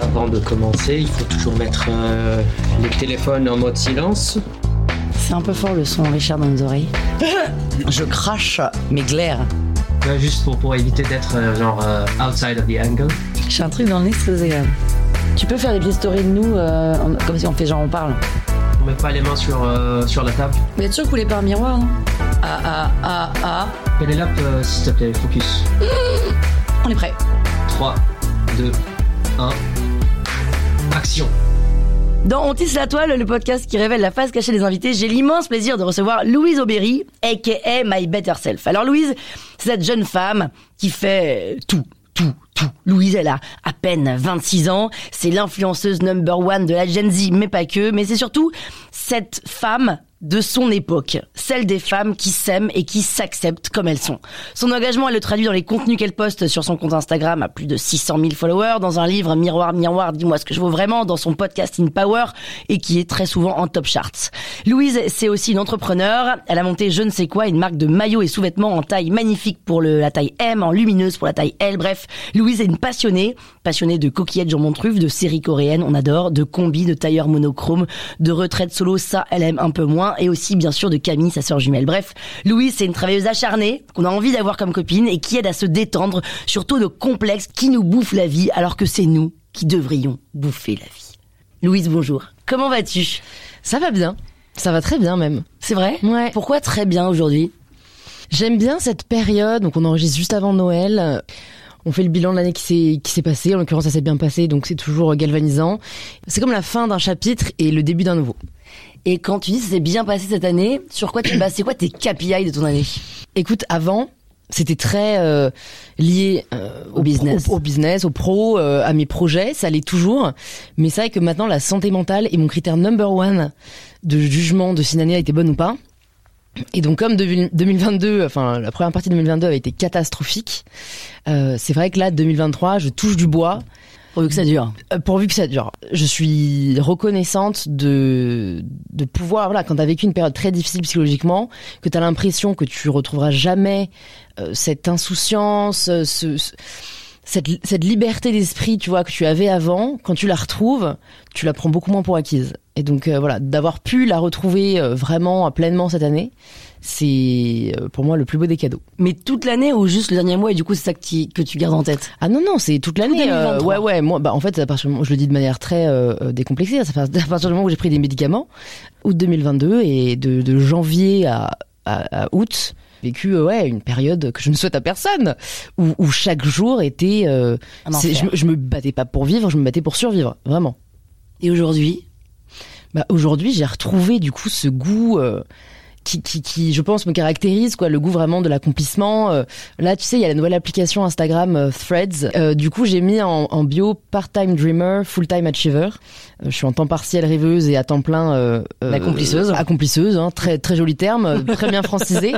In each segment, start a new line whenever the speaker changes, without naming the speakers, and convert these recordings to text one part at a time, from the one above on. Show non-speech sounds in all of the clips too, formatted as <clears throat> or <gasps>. Avant de commencer, il faut toujours mettre euh, les téléphones en mode silence.
C'est un peu fort le son Richard dans nos oreilles. Je crache mes glaires.
Ouais, juste pour, pour éviter d'être euh, genre euh, outside of the angle.
J'ai un truc dans le nez, c'est pas agréable. Tu peux faire des petites stories de nous, euh, en- comme si on fait genre on parle.
On met pas les mains sur, euh, sur la table.
Vous êtes sûr que vous voulez pas un miroir, non Ah ah ah ah.
Pénélope, euh, s'il te plaît, focus.
<gasps> On est prêt.
3, 2, 1. Action.
Dans On tisse la toile, le podcast qui révèle la face cachée des invités, j'ai l'immense plaisir de recevoir Louise Aubéry, aka My Better Self. Alors Louise, c'est cette jeune femme qui fait tout. Tout, tout. Louise, elle a à peine 26 ans. C'est l'influenceuse number one de la Gen Z, mais pas que. Mais c'est surtout cette femme de son époque, celle des femmes qui s'aiment et qui s'acceptent comme elles sont. Son engagement, elle le traduit dans les contenus qu'elle poste sur son compte Instagram à plus de 600 000 followers, dans un livre Miroir, Miroir, dis-moi ce que je vaux vraiment, dans son podcast In Power et qui est très souvent en top charts. Louise, c'est aussi une entrepreneur. Elle a monté je ne sais quoi, une marque de maillots et sous-vêtements en taille magnifique pour le, la taille M, en lumineuse pour la taille L. Bref, Louise est une passionnée, passionnée de coquillettes jambon truffe, de séries coréennes, on adore, de combis, de tailleurs monochrome, de retraite solo, ça elle aime un peu moins, et aussi bien sûr de Camille, sa sœur jumelle. Bref, Louise c'est une travailleuse acharnée qu'on a envie d'avoir comme copine et qui aide à se détendre, surtout de complexes qui nous bouffent la vie alors que c'est nous qui devrions bouffer la vie. Louise, bonjour. Comment vas-tu
Ça va bien. Ça va très bien même.
C'est vrai
Ouais.
Pourquoi très bien aujourd'hui
J'aime bien cette période. Donc on enregistre juste avant Noël. Euh, On fait le bilan de l'année qui s'est qui s'est passée. En l'occurrence, ça s'est bien passé, donc c'est toujours galvanisant. C'est comme la fin d'un chapitre et le début d'un nouveau.
Et quand tu dis que ça s'est bien passé cette année, sur quoi tu te bases C'est quoi tes KPI de ton année
Écoute, avant, c'était très euh, lié euh,
Au business.
au, au business, au pro, euh, à mes projets. Ça allait toujours. Mais c'est vrai que maintenant, la santé mentale est mon critère number one de jugement de si une année a été bonne ou pas. Et donc, comme 2000 2022, enfin, la première partie de 2022 a été catastrophique, euh, c'est vrai que là, 2023, je touche du bois.
Pourvu que ça dure.
Euh, pourvu que ça dure. Je suis reconnaissante de, de pouvoir, voilà, quand t'as vécu une période très difficile psychologiquement, que t'as l'impression que tu retrouveras jamais euh, cette insouciance, euh, ce- ce- cette, cette liberté d'esprit, tu vois, que tu avais avant, quand tu la retrouves, tu la prends beaucoup moins pour acquise. Et donc, euh, voilà, d'avoir pu la retrouver euh, vraiment euh, pleinement cette année, c'est euh, pour moi le plus beau des cadeaux.
Mais toute l'année ou juste le dernier mois et du coup c'est ça que, tu- que tu gardes en tête
Ah non non, c'est toute l'année. euh,
2023.
ouais ouais, moi bah en fait à partir du moment, je le dis de manière très euh, euh, décomplexée, ça fait- <laughs> à partir du moment où j'ai pris des médicaments août 2022 et de, de janvier à, à, à août, j'ai vécu euh, ouais une période que je ne souhaite à personne où, où chaque jour était euh,
Un
c'est- je,
enfer.
me- je me battais pas pour vivre, je me battais pour survivre, vraiment.
Et aujourd'hui
Bah aujourd'hui, j'ai retrouvé du coup ce goût euh, qui, qui, qui, je pense, me caractérise, quoi, le goût vraiment de l'accomplissement. Euh, là, tu sais, il y a la nouvelle application Instagram euh, Threads. Euh, du coup, j'ai mis en, en bio part-time dreamer, full-time achiever. Euh, je suis en temps partiel rêveuse et à temps plein euh, euh,
Accomplisseuse.
Accomplisseuse, hein, très très joli terme, euh, très bien francisé.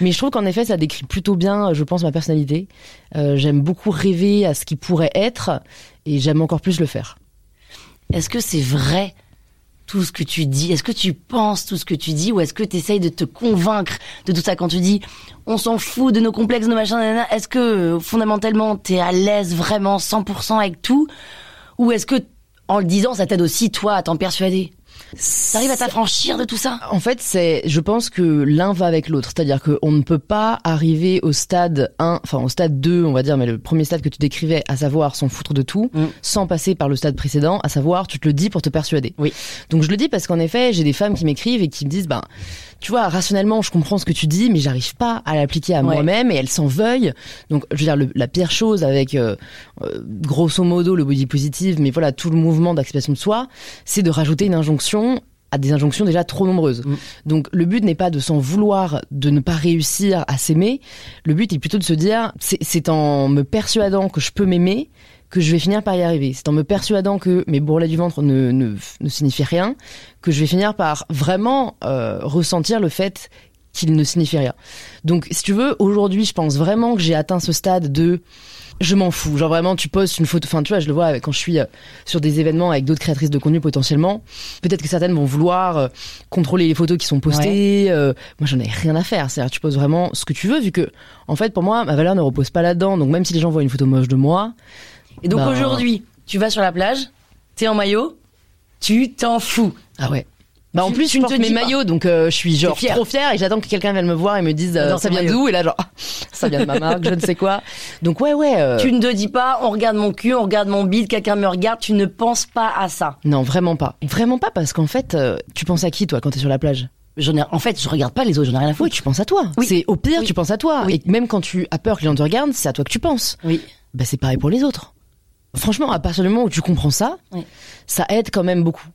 Mais je trouve qu'en effet, ça décrit plutôt bien, euh, je pense, ma personnalité. Euh, j'aime beaucoup rêver à ce qui pourrait être et j'aime encore plus le faire.
Est-ce que c'est vrai tout ce que tu dis Est-ce que tu penses tout ce que tu dis Ou est-ce que tu essayes de te convaincre de tout ça quand tu dis on s'en fout de nos complexes, nos machins, nanana Est-ce que euh, fondamentalement t'es à l'aise vraiment 100% avec tout Ou est-ce que en le disant ça t'aide aussi toi à t'en persuader T'arrives à t'affranchir de tout ça
En fait, c'est, je pense que l'un va avec l'autre. C'est-à-dire qu'on ne peut pas arriver au stade 1, enfin au stade 2, on va dire, mais le premier stade que tu décrivais, à savoir s'en foutre de tout,
Mm.
sans passer par le stade précédent, à savoir tu te le dis pour te persuader.
Oui.
Donc je le dis parce qu'en effet, j'ai des femmes qui m'écrivent et qui me disent, ben, tu vois, rationnellement, je comprends ce que tu dis, mais j'arrive pas à l'appliquer à
Ouais.
moi-même et elles s'en veuillent. Donc, je veux dire, le- la pire chose avec, euh, euh, grosso modo, le body positive, mais voilà, tout le mouvement d'acceptation de soi, c'est de rajouter une injonction à des injonctions déjà trop nombreuses.
Mm.
Donc le but n'est pas de s'en vouloir, de ne pas réussir à s'aimer. Le but est plutôt de se dire, c'est- c'est en me persuadant que je peux m'aimer que je vais finir par y arriver. C'est en me persuadant que mes bourrelets du ventre ne, ne, ne signifient rien que je vais finir par vraiment euh, ressentir le fait qu'il ne signifie rien. Donc si tu veux, aujourd'hui je pense vraiment que j'ai atteint ce stade de je m'en fous. Genre vraiment, tu postes une photo. Enfin, tu vois, je le vois avec- quand je suis euh, sur des événements avec d'autres créatrices de contenu potentiellement. Peut-être que certaines vont vouloir euh, contrôler les photos qui sont postées. euh, moi, j'en ai rien à faire. C'est-à-dire, tu poses vraiment ce que tu veux, vu que, en fait, pour moi, ma valeur ne repose pas là-dedans. Donc, même si les gens voient une photo moche de moi,
Et donc
Ben-
aujourd'hui, tu vas sur la plage, t'es en maillot, tu t'en fous.
ah ouais. Bah en
Tu-
plus,
tu
je
ne
porte
te
mes
dis pas.
maillots, donc euh, je suis genre
T'es fière.
trop fière et j'attends que quelqu'un vienne me voir et me dise euh,
Dans
ça
ton
vient d'où et là genre <laughs> ah, ça vient de ma marque, je ne sais quoi. Donc ouais ouais. euh,
Tu ne te dis pas, on regarde mon cul, on regarde mon bide, quelqu'un me regarde, tu ne penses pas à ça.
Non vraiment pas, vraiment pas parce qu'en fait, euh, tu penses à qui toi quand t'es sur la plage
J'en ai, en fait, je regarde pas les autres, j'en ai rien à
Oui,
foutre.
tu penses à toi.
Oui.
C'est au pire,
Oui.
tu penses à toi.
Oui.
Et même quand tu as peur que les gens te regardent, c'est à toi que tu penses.
Oui.
Bah, c'est pareil pour les autres. Franchement, à partir du moment où tu comprends ça,
Oui.
ça aide quand même beaucoup.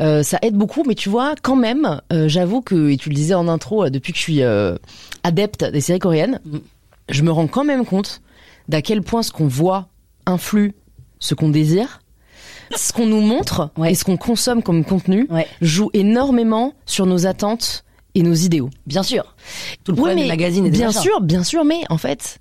Euh, ça aide beaucoup, mais tu vois, quand même, euh, j'avoue que, et tu le disais en intro, euh, depuis que je suis euh, adepte des séries coréennes,
Mm.
je me rends quand même compte d'à quel point ce qu'on voit influe ce qu'on désire, ce qu'on nous montre
Ouais.
et ce qu'on consomme comme contenu
Ouais.
joue énormément sur nos attentes et nos idéaux.
Bien sûr. Tout le
Oui,
problème
mais
des magazines et des
bien
machins.
sûr, bien sûr, mais en fait,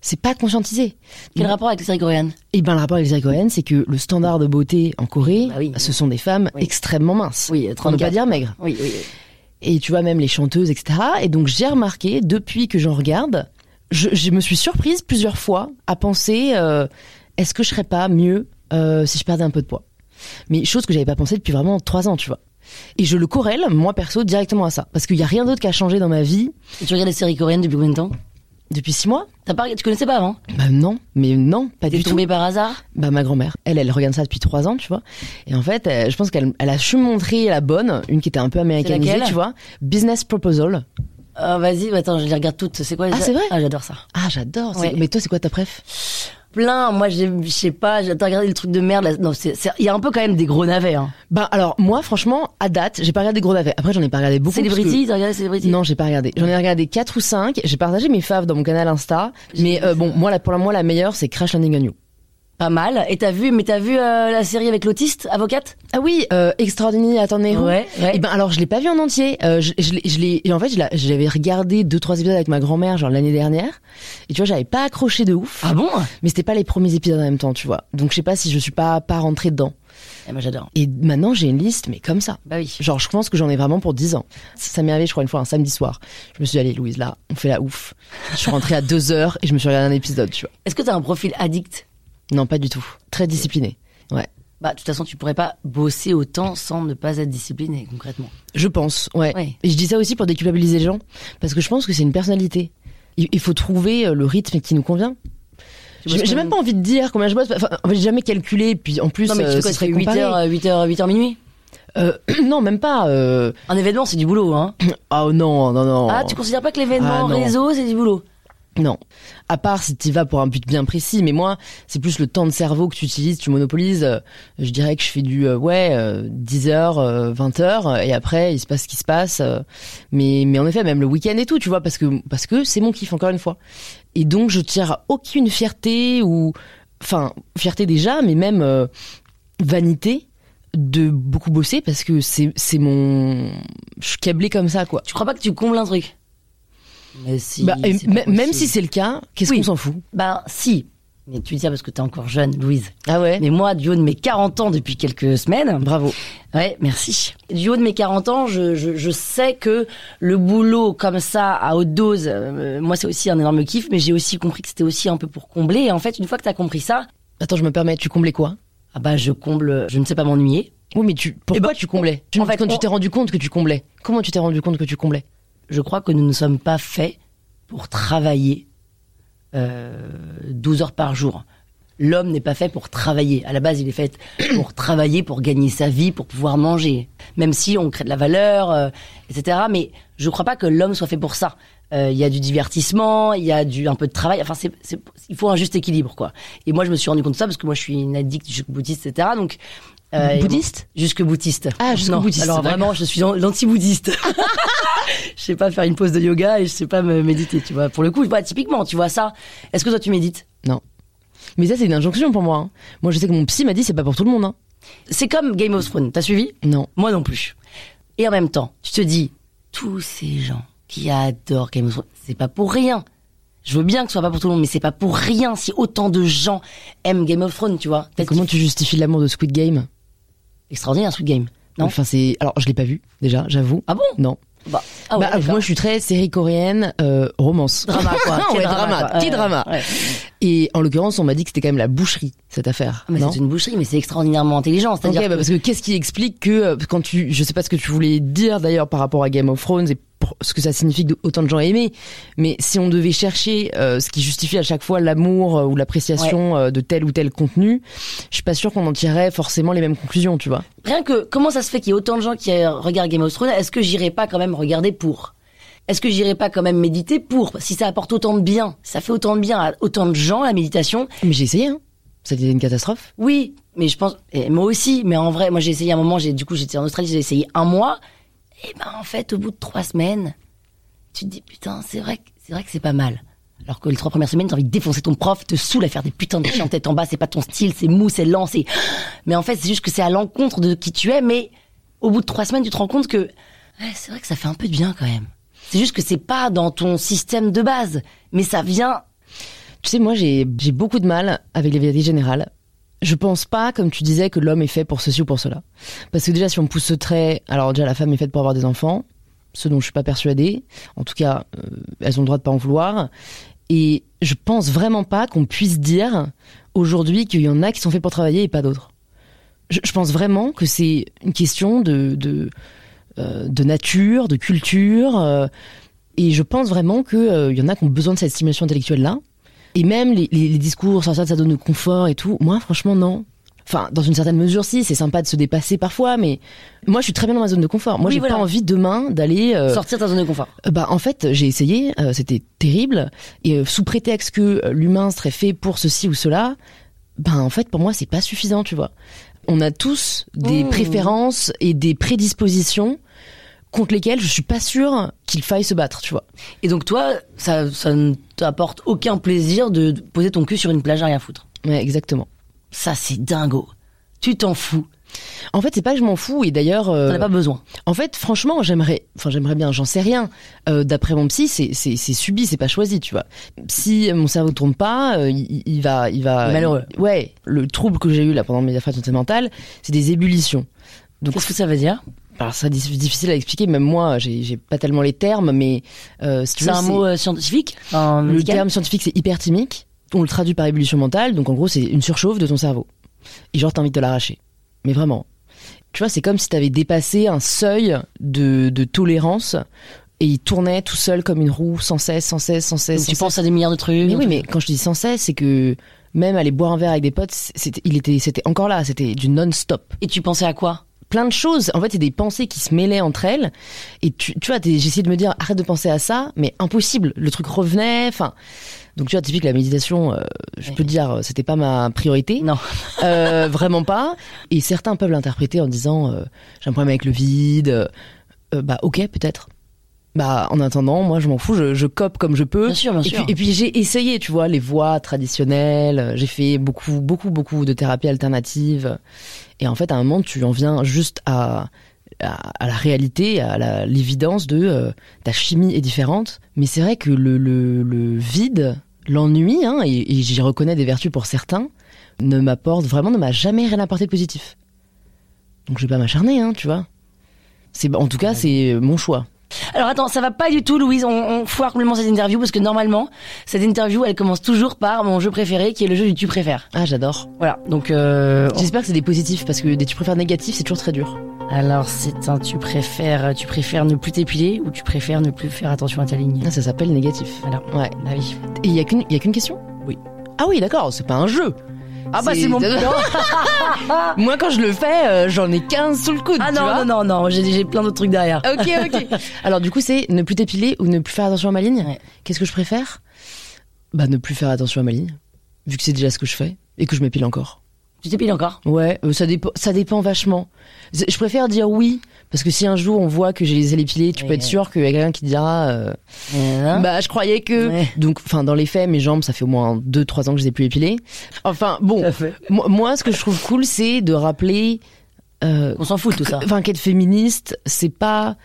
c'est pas conscientisé.
Quel rapport avec les séries coréennes
Et ben le rapport avec les séries coréennes, c'est que le standard de beauté en Corée,
Bah oui.
ce sont des femmes
Oui.
extrêmement minces.
Oui,
Pour ne
34.
pas dire maigres.
Oui, oui. oui.
Et tu vois même les chanteuses, etc. Et donc j'ai remarqué depuis que j'en regarde, je, je me suis surprise plusieurs fois à penser euh, est-ce que je serais pas mieux euh, si je perdais un peu de poids. Mais chose que j'avais pas pensé depuis vraiment trois ans, tu vois. Et je le corrèle, moi perso, directement à ça, parce qu'il y a rien d'autre qui a changé dans ma vie
Et tu regardes les séries coréennes depuis combien de temps
depuis six mois.
T'as pas, tu connaissais pas avant
Bah non, mais non, pas
T'es
du tout.
tombé par hasard
Bah ma grand-mère, elle, elle regarde ça depuis trois ans, tu vois. Et en fait, euh, je pense qu'elle elle a su montrer la bonne, une qui était un peu américanisée,
laquelle
tu vois. Business Proposal.
Ah, Vas-y, bah, attends, je les regarde toutes. C'est quoi les-
Ah, c'est vrai
Ah, j'adore ça.
Ah j'adore. c'est-
Ouais.
Mais toi, c'est quoi ta préf
Plein, moi, j'ai- je sais pas, j'ai- t'as regardé le truc de merde. là. Non, c'est- c'est- Il y a un peu quand même des gros navets. Hein.
Bah alors moi franchement à date j'ai pas regardé gros navets. Après j'en ai pas regardé beaucoup. parce
Celebrity, t'as regardé Celebrity
que- Non j'ai pas regardé. J'en ai regardé 4 ou 5. J'ai partagé mes faves dans mon canal Insta. Mais euh, bon moi la, pour moi la meilleure c'est Crash Landing on You.
Pas mal. Et t'as vu, mais t'as vu euh, la série avec l'autiste, avocate
Ah oui euh, Extraordinary attendez
Ouais, ouais.
Et ben alors je l'ai pas vu en entier. Euh, je je l'ai- je l'ai et en fait je la- je l'avais regardé deux trois épisodes avec ma grand mère genre l'année dernière. Et tu vois j'avais pas accroché de ouf.
Ah bon
Mais c'était pas les premiers épisodes en même temps tu vois. Donc je sais pas si je suis pas pas rentrée dedans.
Eh ben, j'adore.
Et maintenant j'ai une liste mais comme ça.
Bah oui.
Genre, je pense que j'en ai vraiment pour 10 ans. Ça, ça m'est arrivé, je crois, une fois, un samedi soir. Je me suis dit, allez, Louise, là, on fait la ouf. Je suis rentrée à 2 heures et je me suis regardé un épisode, tu vois.
Est-ce que t'as un profil addict
Non, pas du tout. Très disciplinée. Ouais.
Bah, de toute façon, tu pourrais pas bosser autant sans ne pas être discipliné, concrètement.
Je pense, ouais.
Ouais.
Et je dis ça aussi pour déculpabiliser les gens. Parce que je pense que c'est une personnalité. Il il faut trouver euh, le rythme qui nous convient.
Tu bosses
J'ai j'ai
combien
même pas envie de dire combien je bosse. Enfin, en fait, j'ai jamais calculé. Puis en plus,
Non, mais tu
euh,
fais
ce
quoi Tu
serait
fais 8
comparé.
h 8 h 8 h minuit
Euh, <clears throat> non, même pas. euh,
Un événement, c'est du boulot, hein.
Oh non, non, non.
Ah, tu considères pas que l'événement
Ah, non.
réseau, c'est du boulot
Non. À part si tu vas pour un but bien précis, mais moi, c'est plus le temps de cerveau que tu utilises, tu monopolises. Euh, Je dirais que je fais du euh, ouais, 10h, 20h et après il se passe ce qui se passe euh, mais mais en effet même le week-end et tout, tu vois parce que parce que c'est mon kiff encore une fois. Et donc je tire aucune fierté ou enfin fierté déjà mais même euh, vanité de beaucoup bosser parce que c'est c'est mon je suis câblé comme ça quoi.
Tu crois pas que tu combles un truc Mais si.
Bah, et
c'est pas
m- même
possible.
si c'est le cas, qu'est-ce
Oui.
qu'on s'en fout
Bah, si. Mais tu dis ça parce que t'es encore jeune, Louise.
Ah ouais.
Mais moi, du haut de mes 40 ans depuis quelques semaines.
Bravo.
Ouais, merci. Du haut de mes 40 ans, je, je, je sais que le boulot comme ça, à haute dose, euh, moi c'est aussi un énorme kiff, mais j'ai aussi compris que c'était aussi un peu pour combler. Et en fait, une fois que t'as compris ça,
Attends, je me permets, tu comblais quoi
ah bah je comble, je ne sais pas m'ennuyer.
Oui, mais tu, pourquoi
ben,
tu comblais
en fait,
Quand
on-
tu t'es rendu compte que tu comblais Comment tu t'es rendu compte que tu comblais
Je crois que nous ne sommes pas faits pour travailler euh, 12 heures par jour. L'homme n'est pas fait pour travailler. À la base, il est fait <coughs> pour travailler, pour gagner sa vie, pour pouvoir manger. Même si on crée de la valeur, euh, etc. Mais je ne crois pas que l'homme soit fait pour ça. Euh, Il y a du divertissement, il y a du un peu de travail. Enfin, c'est, c'est- il faut un juste équilibre, quoi. Et moi, je me suis rendu compte de ça parce que moi, je suis une addict, je suis bouddhiste, etc. Donc, Euh, et-
Bouddhiste
Jusque boutiste.
Ah, jusqu'au
Non,
boutiste,
Alors
d'accord.
vraiment, je suis l'an- l'anti-bouddhiste. <laughs> je sais pas faire une pause de yoga et je sais pas me méditer, tu vois. Pour le coup, bah, typiquement, tu vois ça. Est-ce que toi tu médites
Non. Mais ça, c'est une injonction pour moi. hein. Moi, je sais que mon psy m'a dit c'est pas pour tout le monde. hein.
C'est comme Game of Thrones, t'as suivi
Non.
Moi non plus. Et en même temps, tu te dis, tous ces gens qui adorent Game of Thrones, c'est pas pour rien. Je veux bien que ce soit pas pour tout le monde, mais c'est pas pour rien si autant de gens aiment Game of Thrones, tu vois.
Et
Peut-être
comment
qu'il-
tu justifies l'amour de Squid Game
Extraordinaire, Squid Game. Non
Enfin, c'est. Alors, je l'ai pas vu, déjà, j'avoue.
Ah bon
Non.
Bah, ah ouais,
Bah,
d'accord.
moi, je suis très série coréenne, euh, romance.
Drama, quoi.
<laughs> ouais,
Quel
drama,
quoi.
petit
Ouais,
drama.
ouais.
Et en l'occurrence, on m'a dit que c'était quand même la boucherie, cette affaire.
Ah, mais
non
c'est une boucherie, mais c'est extraordinairement intelligent.
Ok,
C'est-à-dire
bah,
que-
parce que qu'est-ce qui explique que euh, quand tu, je sais pas ce que tu voulais dire d'ailleurs par rapport à Game of Thrones et pour- ce que ça signifie que autant de gens aimer, mais si on devait chercher euh, ce qui justifie à chaque fois l'amour euh, ou l'appréciation euh, de tel ou tel contenu, je suis pas sûre qu'on en tirerait forcément les mêmes conclusions, tu vois.
Rien que, comment ça se fait qu'il y ait autant de gens qui euh, regardent Game of Thrones Est-ce que j'irai pas quand même regarder pour Est-ce que j'irai pas quand même méditer pour Si ça apporte autant de bien, ça fait autant de bien à autant de gens, la méditation.
Mais j'ai essayé, hein. C'était une catastrophe.
Oui, mais je pense, et moi aussi, mais en vrai, moi j'ai essayé un moment, j'ai, du coup j'étais en Australie, j'ai essayé un mois. Et ben en fait, au bout de trois semaines, tu te dis putain, c'est vrai, que- c'est vrai que c'est pas mal. Alors que les trois premières semaines, t'as envie de défoncer ton prof, te saoule à faire des putains de chiens tête en bas, c'est pas ton style, c'est mou, c'est lent, c'est. Mais en fait, c'est juste que c'est à l'encontre de qui tu es, mais au bout de trois semaines, tu te rends compte que ouais, c'est vrai que ça fait un peu de bien quand même. C'est juste que c'est pas dans ton système de base, mais ça vient.
Tu sais, moi, j'ai j'ai beaucoup de mal avec les vérités générales. Je pense pas, comme tu disais, que l'homme est fait pour ceci ou pour cela. Parce que déjà, si on pousse ce trait, alors déjà, la femme est faite pour avoir des enfants, ce dont je suis pas persuadée. En tout cas, euh, elles ont le droit de pas en vouloir. Et je pense vraiment pas qu'on puisse dire aujourd'hui qu'il y en a qui sont faits pour travailler et pas d'autres. Je, je pense vraiment que c'est une question de, de, euh, de nature, de culture. euh, et je pense vraiment qu'il y en a qui ont besoin de cette stimulation intellectuelle-là. Et même les, les- les discours, ça, ça, ça donne le confort et tout. Moi, franchement, non. Enfin, dans une certaine mesure, si, c'est sympa de se dépasser parfois, mais moi, je suis très bien dans ma zone de confort. Moi,
Oui,
j'ai
voilà.
pas envie demain d'aller euh,
Sortir de ta zone de confort.
bah, en fait, j'ai essayé, euh, c'était terrible. Et euh, sous prétexte que euh, l'humain serait fait pour ceci ou cela, ben en fait, pour moi, c'est pas suffisant, tu vois. On a tous des
Mmh.
préférences et des prédispositions contre lesquelles je suis pas sûre qu'il faille se battre, tu vois.
Et donc toi, ça, ça ne t'apporte aucun plaisir de poser ton cul sur une plage à rien foutre.
Ouais, exactement.
Ça, c'est dingo. Tu t'en fous.
En fait, c'est pas que je m'en fous, et d'ailleurs. euh,
T'en as pas besoin.
En fait, franchement, j'aimerais, enfin j'aimerais bien, j'en sais rien. Euh, D'après mon psy, c'est c'est c'est subi, c'est pas choisi, tu vois. Si mon cerveau tourne pas, euh, il, il va, il va.
Malheureux.
il- ouais. Le trouble que j'ai eu là pendant mes affaires de santé mentale, c'est des ébullitions. Donc,
Qu'est-ce que ça veut dire
alors ça c'est difficile à expliquer. Même moi, j'ai j'ai pas tellement les termes, mais euh, si tu
C'est
veux,
un mot euh, scientifique Enfin,
le
médical
terme scientifique, c'est hyperthymique. On le traduit par ébullition mentale. Donc, en gros, c'est une surchauffe de ton cerveau. Et genre, t'as envie de te l'arracher. Mais vraiment. Tu vois, c'est comme si t'avais dépassé un seuil de, de tolérance et il tournait tout seul comme une roue, sans cesse, sans cesse, sans cesse.
Donc
sans
tu
cesse.
penses à des milliards de trucs.
Mais oui,
tu-
mais quand je dis sans cesse, c'est que même aller boire un verre avec des potes, c'était, il était, c'était encore là. C'était du non-stop
Et tu pensais à quoi
plein de choses. En fait, c'est des pensées qui se mêlaient entre elles. Et tu, tu vois, t'es- j'essayais de me dire, arrête de penser à ça, mais impossible. Le truc revenait. Enfin, donc tu vois, typique la méditation, euh, je peux te dire, euh, c'était pas ma priorité.
Non.
<laughs> Euh, vraiment pas. Et certains peuvent l'interpréter en disant, euh, j'ai un problème avec le vide. Euh, bah, ok, peut-être. Bah, en attendant, moi, je m'en fous. Je, je cope comme je peux.
Bien sûr, bien
Et
sûr.
puis, et puis j'ai essayé, tu vois, les voies traditionnelles. J'ai fait beaucoup, beaucoup, beaucoup de thérapies alternatives. Et en fait, à un moment, tu en viens juste à, à, à la réalité, à la- l'évidence de euh, ta chimie est différente. Mais c'est vrai que le, le, le vide, l'ennui, hein, et, et j'y reconnais des vertus pour certains, ne m'apporte vraiment, ne m'a jamais rien apporté de positif. Donc je vais pas m'acharner, hein, tu vois. C'est en tout cas c'est euh, mon choix.
Alors attends, ça va pas du tout, Louise. On, on foire complètement cette interview parce que normalement, cette interview, elle commence toujours par mon jeu préféré qui est le jeu du tu préfères.
Ah j'adore.
Voilà. Donc, euh, on-
J'espère que c'est des positifs parce que des tu préfères négatifs c'est toujours très dur.
alors c'est un tu préfères, tu préfères ne plus t'épiler ou tu préfères ne plus faire attention à ta ligne.
Ah, ça s'appelle négatif.
Voilà.
Ouais.
Ah oui.
Et il y a qu'une, il y a qu'une question.
Oui.
Ah oui, d'accord. C'est pas un jeu.
Ah bah c'est mon
<laughs> Moi quand je le fais, euh, j'en ai 15 sous le coude.
Ah
tu
non
vois.
non non non, j'ai j'ai plein d'autres trucs derrière.
Ok, ok. <laughs> Alors du coup, c'est ne plus t'épiler ou ne plus faire attention à ma ligne.
Ouais.
Qu'est-ce que je préfère Bah ne plus faire attention à ma ligne, vu que c'est déjà ce que je fais et que je m'épile encore.
Tu t'épiles encore
Ouais, euh, ça dépend, ça dépend vachement. C'est- Je préfère dire oui, parce que si un jour on voit que j'ai les ailes épilées, tu peux
Ouais.
être sûr qu'il y a quelqu'un qui dira euh,
Eh,
Bah, je croyais que.
Hein Ouais.
Donc, enfin, dans les faits, mes jambes, ça fait au moins 2-3 ans que je les ai plus épilées. Enfin, bon,
Tout à fait.
moi, moi, ce que je trouve cool, c'est de rappeler. euh,
On s'en fout de tout ça.
Enfin, qu'être féministe, c'est pas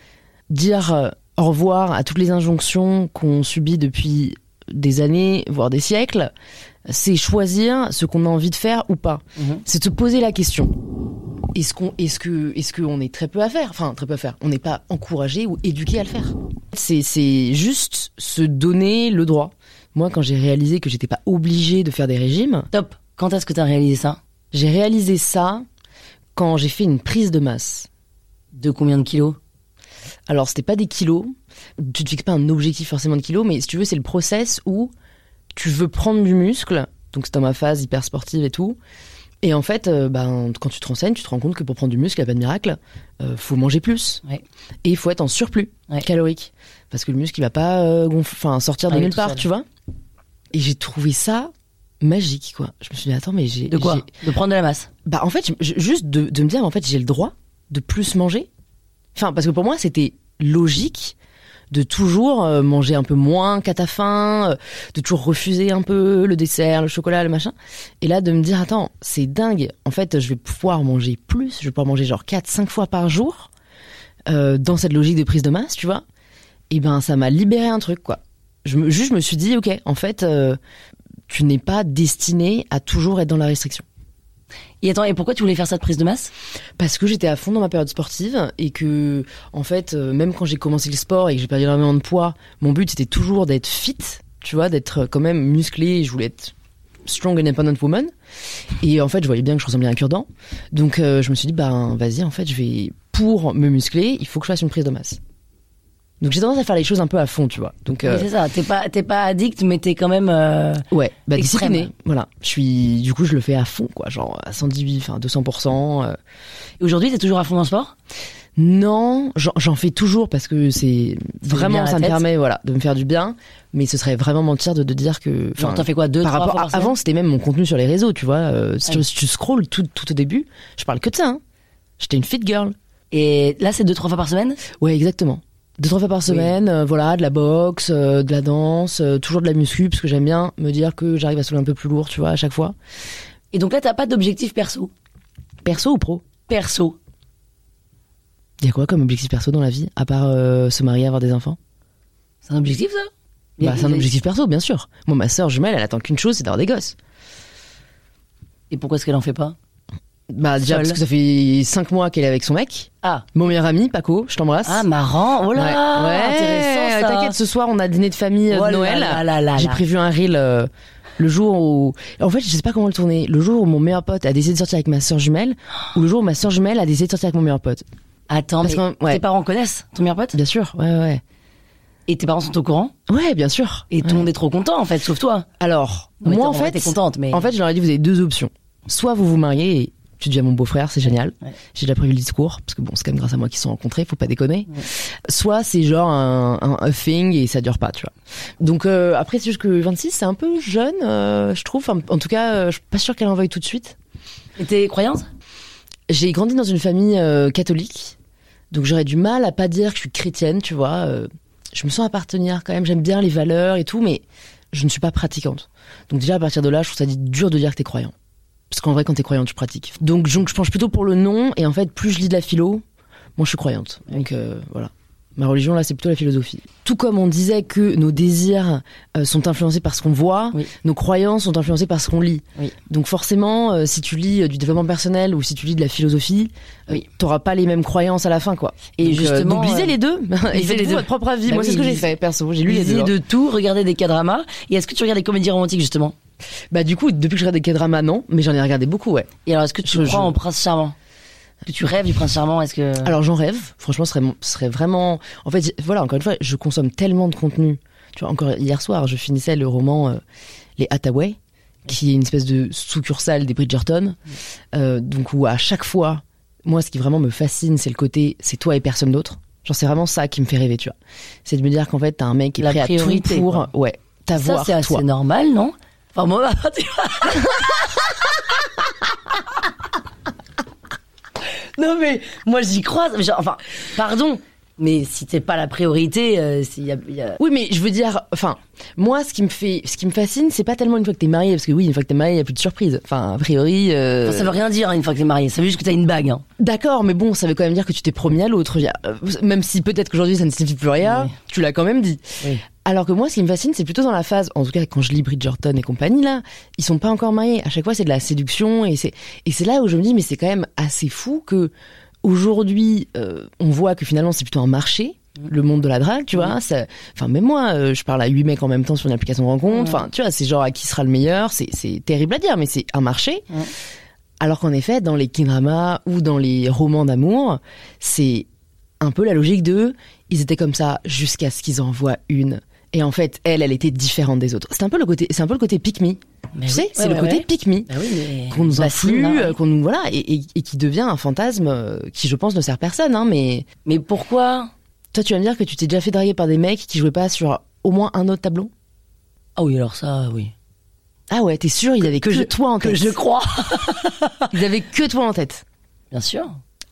dire euh, au revoir à toutes les injonctions qu'on subit depuis des années, voire des siècles. C'est choisir ce qu'on a envie de faire ou pas.
Mhm.
C'est de se poser la question. Est-ce qu'on est-ce que est-ce qu'on est très peu à faire Enfin, très peu à faire. On n'est pas encouragé ou éduqué à le faire. C'est c'est juste se donner le droit. Moi, quand j'ai réalisé que j'étais pas obligée de faire des régimes,
Top. Quand est-ce que t'as réalisé ça
j'ai réalisé ça quand j'ai fait une prise de masse.
De combien de kilos
Alors, c'était pas des kilos. Tu te fixes pas un objectif forcément de kilos, mais si tu veux, c'est le process où tu veux prendre du muscle. Donc, c'est dans ma phase hyper sportive et tout. Et en fait, euh, ben, quand tu te renseignes, tu te rends compte que pour prendre du muscle, il n'y a pas de miracle. Euh, faut manger plus.
Ouais.
Et il faut être en surplus
Ouais.
calorique. Parce que le muscle, il va pas euh, gonf- enfin, sortir de
Aller
nulle
tout
part,
seul.
tu vois. Et j'ai trouvé ça magique, quoi. Je me suis dit, attends, mais j'ai.
De quoi
j'ai-
De prendre de la masse.
bah en fait, je- je- juste de, de me dire, en fait, j'ai le droit de plus manger. Enfin, parce que pour moi, c'était logique de toujours euh, manger un peu moins qu'à ta faim, euh, de toujours refuser un peu le dessert, le chocolat, le machin. Et là, de me dire, attends, c'est dingue. En fait, je vais pouvoir manger plus. Je vais pouvoir manger genre 4-5 fois par jour euh, dans cette logique de prise de masse, tu vois. Et ben, ça m'a libéré un truc, quoi. Je me, juste, je me suis dit, ok, en fait, euh, tu n'es pas destiné à toujours être dans la restriction.
Et attends, et pourquoi tu voulais faire ça de prise de masse
Parce que j'étais à fond dans ma période sportive et que, en fait, euh, même quand j'ai commencé le sport et que j'ai perdu énormément de poids, mon but c'était toujours d'être fit, tu vois, d'être euh, quand même musclé. Je voulais être strong independent woman. Et en fait, je voyais bien que je ressemblais à un cure-dent. Donc, euh, je me suis dit, ben, vas-y, en fait, je vais, pour me muscler, il faut que je fasse une prise de masse. Donc, j'ai tendance à faire les choses un peu à fond, tu vois. Donc, euh,
Mais C'est ça, t'es pas, t'es pas addict, mais t'es quand même. euh,
Ouais, bah
Extrême.
discipliné. Voilà. Je suis, du coup, je le fais à fond, quoi. Genre, à 118, enfin, 200%. euh,
Et aujourd'hui, t'es toujours à fond dans le sport
Non, j'en j'en fais toujours parce que
bien
c'est
à
vraiment
la
ça me
tête.
permet voilà de me faire du bien, mais ce serait vraiment mentir de, de dire que
Genre,
enfin,
t'en fais quoi Deux,
par
trois
rapport
fois
à-
par semaine
avant c'était même mon contenu sur les réseaux, tu vois, euh, si,
Ah
tu-
oui.
si tu scrolls tout, tout au début, je parle que de ça. hein. J'étais une fit girl.
Et là, c'est deux, trois fois par semaine
Ouais, exactement. Deux trois fois par semaine, euh, voilà, de la boxe, euh, de la danse, euh, toujours de la muscu parce que j'aime bien me dire que j'arrive à soulever un peu plus lourd, tu vois, à chaque fois.
Et donc là, t'as pas d'objectif perso
Perso ou pro
Perso.
Il y a quoi comme objectif perso dans la vie à part euh, se marier, avoir des enfants
C'est un objectif, ça
Bah,
Et-
c'est un
et-
objectif perso, bien sûr. Moi, ma sœur jumelle, elle attend qu'une chose, c'est d'avoir des gosses.
Et pourquoi est-ce qu'elle en fait pas
Bah déjà
Seule.
parce que ça fait 5 mois qu'elle est avec son mec.
Ah,
Mon meilleur ami Paco, je t'embrasse.
ah marrant, oh là,
Ouais. Ouais,
intéressant ça.
T'inquiète, ce soir on a dîner de famille euh,
Oh là
de Noël.
là là là
J'ai
là.
prévu un reel euh, le jour où en fait, je sais pas comment le tourner, le jour où mon meilleur pote a décidé de sortir avec ma sœur jumelle ou le jour où ma sœur jumelle a décidé de sortir avec mon meilleur pote.
Attends,
Parce
mais
que- ouais.
tes parents connaissent ton meilleur pote
Bien sûr. Ouais ouais.
Et tes parents sont au courant
Ouais, bien sûr.
Et tout le
Ouais.
monde est trop content en fait, sauf toi.
Alors,
Non, mais
moi
t'es-
en
vrai,
fait,
t'es contente, mais
en fait, je leur ai dit vous avez deux options. Soit vous vous mariez et tu deviens mon beau-frère, c'est génial.
ouais.
J'ai déjà prévu le discours parce que bon, c'est quand même grâce à moi qu'ils se sont rencontrés, faut pas déconner. Soit c'est genre un, un, un thing et ça dure pas, tu vois. Donc euh, après c'est juste que 26 c'est un peu jeune, euh, je trouve. Enfin, en tout cas, euh, je suis pas sûre qu'elle en veuille tout de suite.
Et t'es croyante
J'ai grandi dans une famille euh, catholique, donc j'aurais du mal à pas dire que je suis chrétienne, tu vois. euh, je me sens appartenir quand même, j'aime bien les valeurs et tout, mais je ne suis pas pratiquante. Donc déjà à partir de là, je trouve ça dit- dur de dire que t'es croyant. Parce qu'en vrai, quand t'es croyant, tu pratiques. Donc je, je penche plutôt pour le non, et en fait, plus je lis de la philo, moi je suis croyante. Donc euh, voilà. Ma religion, là, c'est plutôt la philosophie. Tout comme on disait que nos désirs euh, sont influencés par ce qu'on voit,
Oui.
nos croyances sont influencées par ce qu'on lit.
Oui.
Donc forcément, euh, si tu lis euh, du développement personnel ou si tu lis de la philosophie, euh,
Oui.
t'auras pas les mêmes croyances à la fin, quoi.
Et
donc, euh,
justement,
donc lisez
euh,
les deux et
<laughs> lisez les
faites-vous
deux.
votre propre avis.
Bah
Moi, c'est
oui,
ce que j'ai
lisez-
fait, perso. J'ai lu les deux. hein.
Lisez de tout, regardez des K-dramas. Et est-ce que tu regardes des comédies romantiques justement
Bah du coup, depuis que je regarde des K-dramas, non, mais j'en ai regardé beaucoup, ouais.
Et alors est-ce que tu
Je-
crois
je-
en Prince Charmant Est-ce que tu rêves du Prince Charmant Est-ce que
Alors j'en rêve. Franchement, ce serait, mon- ce serait vraiment. En fait, j'ai- voilà, encore une fois, je consomme tellement de contenu. Tu vois, encore hier soir, je finissais le roman euh, Les Hathaway, qui est une espèce de succursale des Bridgerton. Euh, donc où à chaque fois, moi, ce qui vraiment me fascine, c'est le côté, c'est toi et personne d'autre. Genre, c'est vraiment ça qui me fait rêver, tu vois. C'est de me dire qu'en fait, t'as un mec qui est
La
prêt à tout
priorité,
pour, ouais,
ça
t'avoir
c'est assez
toi.
normal, non Enfin, moi, <laughs> tu vois. non, mais moi, j'y crois. mais genre, Enfin, pardon, mais si t'es pas la priorité, euh, s'il y a. il y a-
Oui, mais je veux dire, enfin, moi, ce qui me fait, ce qui me fascine, c'est pas tellement une fois que t'es marié, parce que oui, une fois que t'es marié, y a plus de surprise. Enfin, a priori. euh,
Ça veut rien dire hein, une fois que t'es marié. Ça veut juste que t'as une bague. hein.
D'accord, mais bon, ça veut quand même dire que tu t'es promis à l'autre. Il y a- euh, Même si peut-être qu'aujourd'hui ça ne signifie plus rien,
Oui.
tu l'as quand même dit.
Oui.
Alors que moi, ce qui me fascine, c'est plutôt dans la phase, en tout cas quand je lis Bridgerton et compagnie, là, ils sont pas encore mariés. À chaque fois, c'est de la séduction et c'est et c'est là où je me dis, mais c'est quand même assez fou que aujourd'hui, euh, on voit que finalement, c'est plutôt un marché. Le monde de la drague, tu vois, ça- enfin même moi, euh, je parle à huit mecs en même temps sur une application de rencontre. Enfin, tu vois, c'est genre à qui sera le meilleur. C'est c'est terrible à dire, mais c'est un marché. Alors qu'en effet, dans les kdramas ou dans les romans d'amour, c'est un peu la logique de ils étaient comme ça jusqu'à ce qu'ils en voient une. Et en fait, elle, elle était différente des autres. C'est un peu le côté, c'est un peu le côté pick me.
Mais
tu
oui.
sais, c'est
Ouais,
le
ouais,
côté
ouais.
pick me
Bah oui, mais.
qu'on nous
Bassine,
influe,
hein.
euh, qu'on nous voilà, et, et- et qui devient un fantasme euh, qui, je pense, ne sert personne. hein, mais
Mais pourquoi
toi, tu vas me dire que tu t'es déjà fait draguer par des mecs qui jouaient pas sur au moins un autre tableau.
Ah oui, alors ça, oui.
Ah ouais, t'es sûr, ils avaient que, toi en
Que
tête.
je crois.
Ils avaient que toi en tête.
Bien sûr.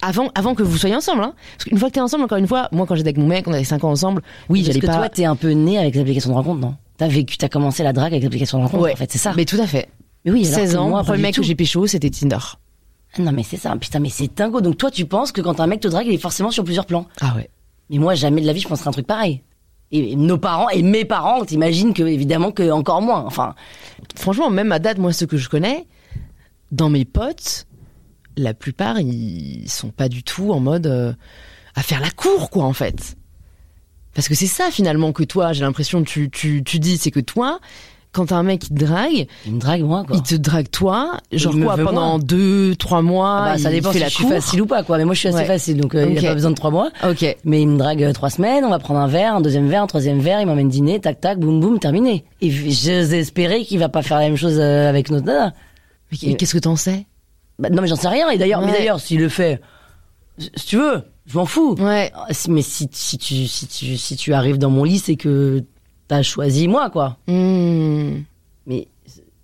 avant, avant que vous soyez ensemble. Hein. Parce qu'une fois que t'es ensemble, encore une fois, moi quand j'étais avec mon mec, on avait 5 ans ensemble, oui,
Parce
j'allais
que
pas.
toi, t'es un peu né avec l'application de rencontre, non T'as vécu, t'as commencé la drague avec l'application de rencontre,
Ouais.
en fait, c'est ça.
Mais tout à fait.
Mais oui, alors
16
que
ans,
moi, pas
le premier
du
mec que
tout.
j'ai pécho, c'était Tinder.
Ah Non mais c'est ça, putain mais c'est dingo. Donc toi tu penses que quand un mec te drague, il est forcément sur plusieurs plans.
Ah ouais.
Mais moi jamais de la vie je penserais un truc pareil. Et et nos parents et mes parents, t'imagines que évidemment que encore moins. Enfin,
Franchement, même à date, moi, ceux que je connais, dans mes potes, la plupart, ils sont pas du tout en mode euh, à faire la cour, quoi, en fait. Parce que c'est ça, finalement, que toi, j'ai l'impression, tu, tu, tu dis, c'est que toi, quand t'as un mec qui te drague,
il me drague moi quoi.
il te drague toi, genre
me
quoi,
veut
pendant
moi.
deux, trois mois,
Ah bah, ça
il
dépend
fait
si
la
je suis
cour.
facile ou pas quoi. Mais moi je suis assez
Ouais.
facile donc euh, il
Ok.
a pas besoin de trois mois.
Ok.
Mais il me drague euh, trois semaines, on va prendre un verre, un deuxième verre, un troisième verre, il m'emmène dîner, tac tac, boum boum, terminé. Et j'ose espérer qu'il va pas faire la même chose euh, avec notre nana.
Mais qu- qu'est-ce que t'en sais
Bah, non mais j'en sais rien. Et d'ailleurs, mais
Ouais.
d'ailleurs, s'il le fait, si tu veux, je m'en fous.
Ouais.
Ah, si- Mais si, si, tu, si, tu, si tu arrives dans mon lit, c'est que t'as choisi moi, quoi.
hmm.
Mais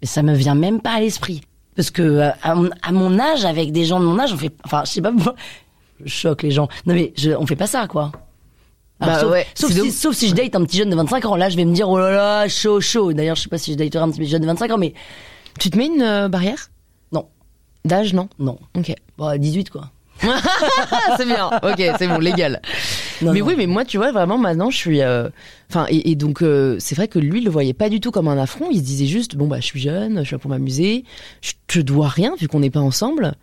ça me vient même pas à l'esprit. Parce que euh, à mon, à mon âge, avec des gens de mon âge, on fait... Enfin, je sais pas, moi, je choque les gens. Non mais, je, on fait pas ça, quoi. Alors,
Bah
sauf,
ouais,
sauf
c'est
si,
donc-
sauf si je date un petit jeune de 25 ans, là je vais me dire oh là là chaud chaud. D'ailleurs je sais pas si je daterai un petit jeune de 25 ans, mais
Tu te mets une euh, barrière
non
D'âge, non
non.
Ok. Ah,
Bon à 18 quoi.
c'est bien. Ok, c'est bon, <laughs> légal.
Non,
mais
non.
oui, mais moi, tu vois, vraiment, maintenant, je suis. euh, Enfin, et, et donc, euh, c'est vrai que lui, il le voyait pas du tout comme un affront. Il se disait juste, bon, bah, je suis jeune, je suis là pour m'amuser, je te dois rien vu qu'on n'est pas ensemble.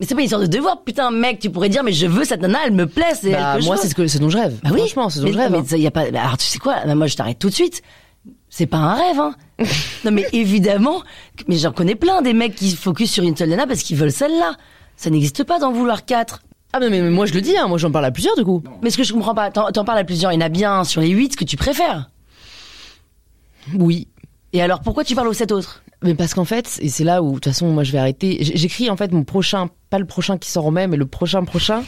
Mais c'est pas une histoire de devoir putain mec tu pourrais dire mais je veux cette nana elle me plaît c'est
Bah,
elle que je
moi,
veux.
c'est ce, que, ce dont je rêve.
Bah oui.
Franchement, c'est ce dont
mais,
je rêve.
mais
hein.
ça, y a pas. bah alors tu sais quoi Bah, Moi je t'arrête tout de suite. C'est pas un rêve,
<laughs>
hein. non mais évidemment. que- Mais j'en connais plein des mecs qui se focus sur une seule nana parce qu'ils veulent celle-là. Ça n'existe pas d'en vouloir quatre.
Ah, mais, mais- mais moi, je le dis, hein, moi, j'en parle à plusieurs, du coup.
Mais ce que je comprends pas, t'en t'en parles à plusieurs. Il y en a bien un sur les huit que tu préfères.
Oui.
Et alors pourquoi tu parles aux sept autres
Mais parce qu'en fait, et c'est là où, de toute façon, moi, je vais arrêter. J- J'écris, en fait, mon prochain, pas le prochain qui sort en mai, mais le prochain prochain,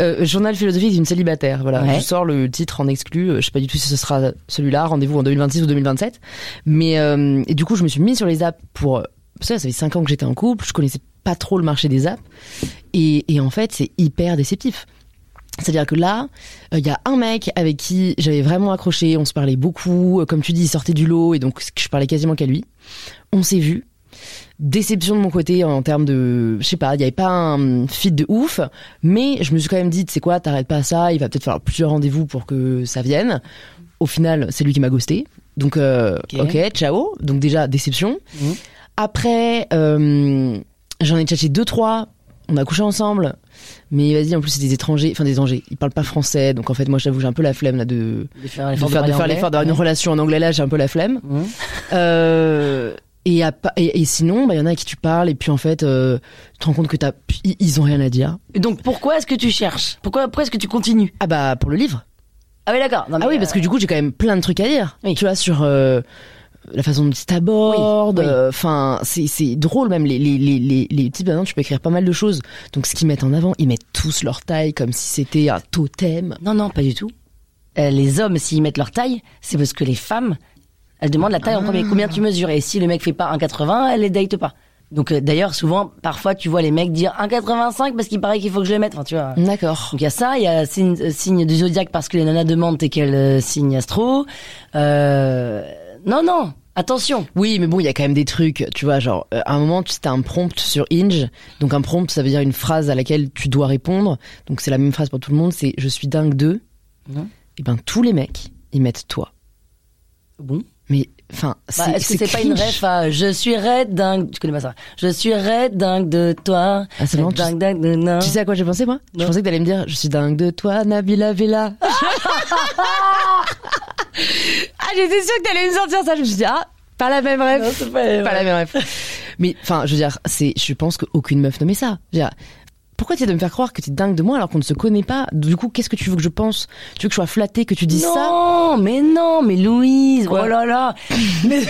euh, Journal philosophique d'une célibataire. Voilà,
Ouais.
je sors le titre en exclu. euh, Je sais pas du tout si ce sera celui-là, rendez-vous en 2026 ou 2027. Mais, euh, et du coup, je me suis mise sur les apps pour. euh, Parce que là, ça fait 5 ans que j'étais en couple, je connaissais pas trop le marché des apps. Et, et en fait, c'est hyper déceptif. C'est-à-dire que là, euh, il y a un mec avec qui j'avais vraiment accroché, on se parlait beaucoup, euh, comme tu dis, il sortait du lot, et donc je parlais quasiment qu'à lui. On s'est vu. Déception de mon côté hein, en termes de, je sais pas, il n'y avait pas un fit de ouf, mais je me suis quand même dit, tu sais quoi, t'arrêtes pas ça, il va peut-être falloir plusieurs rendez-vous pour que ça vienne. Au final, c'est lui qui m'a ghosté. Donc, euh,
Ok.
ok, ciao. Donc déjà, déception. Après, euh, j'en ai tchatché deux, trois. On a couché ensemble. Mais vas-y, en plus, c'est des étrangers. Enfin, des étrangers. Ils parlent pas français. Donc, en fait, moi, j'avoue, j'ai un peu la flemme là, de,
De faire
de faire, de faire l'effort d'avoir une relation en anglais. Là, j'ai un peu la flemme.
Mmh.
Euh, et, à pa- et, et sinon, bah, il y en a à qui tu parles. Et puis, en fait, euh, tu te rends compte que t'as, ils- ils ont rien à dire.
Donc pourquoi est-ce que tu cherches Pourquoi, pourquoi est-ce que tu continues
Ah, bah, pour le livre.
Ah oui d'accord. Non, mais,
Ah oui, parce
euh,
que du coup, j'ai quand même plein de trucs à dire.
Oui.
Tu vois, sur euh, la façon dont ils t'abordent.
Oui, oui.
euh, Enfin, c'est- c'est drôle même. Les, les, les, les, les types, maintenant, tu peux écrire pas mal de choses. Donc, ce qu'ils mettent en avant, ils mettent tous leur taille comme si c'était un totem.
Non, non, pas du tout. Euh, les hommes, s'ils mettent leur taille, c'est parce que les femmes, Elle demande la taille en premier. Combien tu mesures Et si le mec fait pas 1,80, elle les date pas. Donc euh, d'ailleurs, souvent, parfois, tu vois les mecs dire 1,85 parce qu'il paraît qu'il faut que je le mette. Enfin, tu vois.
D'accord.
Donc il y a ça, il y a signe, euh, signe du zodiaque parce que les nanas demandent t'es quel euh, signe astro. Euh, non, non, attention.
Oui, mais bon, il y a quand même des trucs, tu vois, genre, euh, à un moment, tu as un prompt sur Inge. Donc, un prompt, ça veut dire une phrase à laquelle tu dois répondre. Donc, c'est la même phrase pour tout le monde, c'est « je suis dingue de
Mhm.
Et ben, tous les mecs, ils mettent toi.
Bon.
Mais, enfin,
Bah,
c'est
Est-ce que c'est pas
cringe.
une ref à je suis raide dingue Tu connais pas ça Je suis raide dingue de toi.
Ah, c'est marrant, tu-
dingue, dingue, de nain.
Tu sais à quoi j'ai pensé, moi Je
Non.
pensais que t'allais me dire « je suis dingue de toi,
<laughs>
Nabila Vela ». Ah, j'étais sûre que t'allais me sortir ça. Je me suis dit « ah, pas la même rêve ».
Non, c'est pas-
pas la même ref. Mais enfin, je veux dire, c'est, je pense qu'aucune meuf ne met ça. Je veux dire, pourquoi tu essaies de me faire croire que t'es dingue de moi alors qu'on ne se connaît pas Du coup, qu'est-ce que tu veux que je pense Tu veux que je sois flattée que tu dises ça
Non, mais non, mais Louise,
Quoi
oh là
<laughs>
là. mais...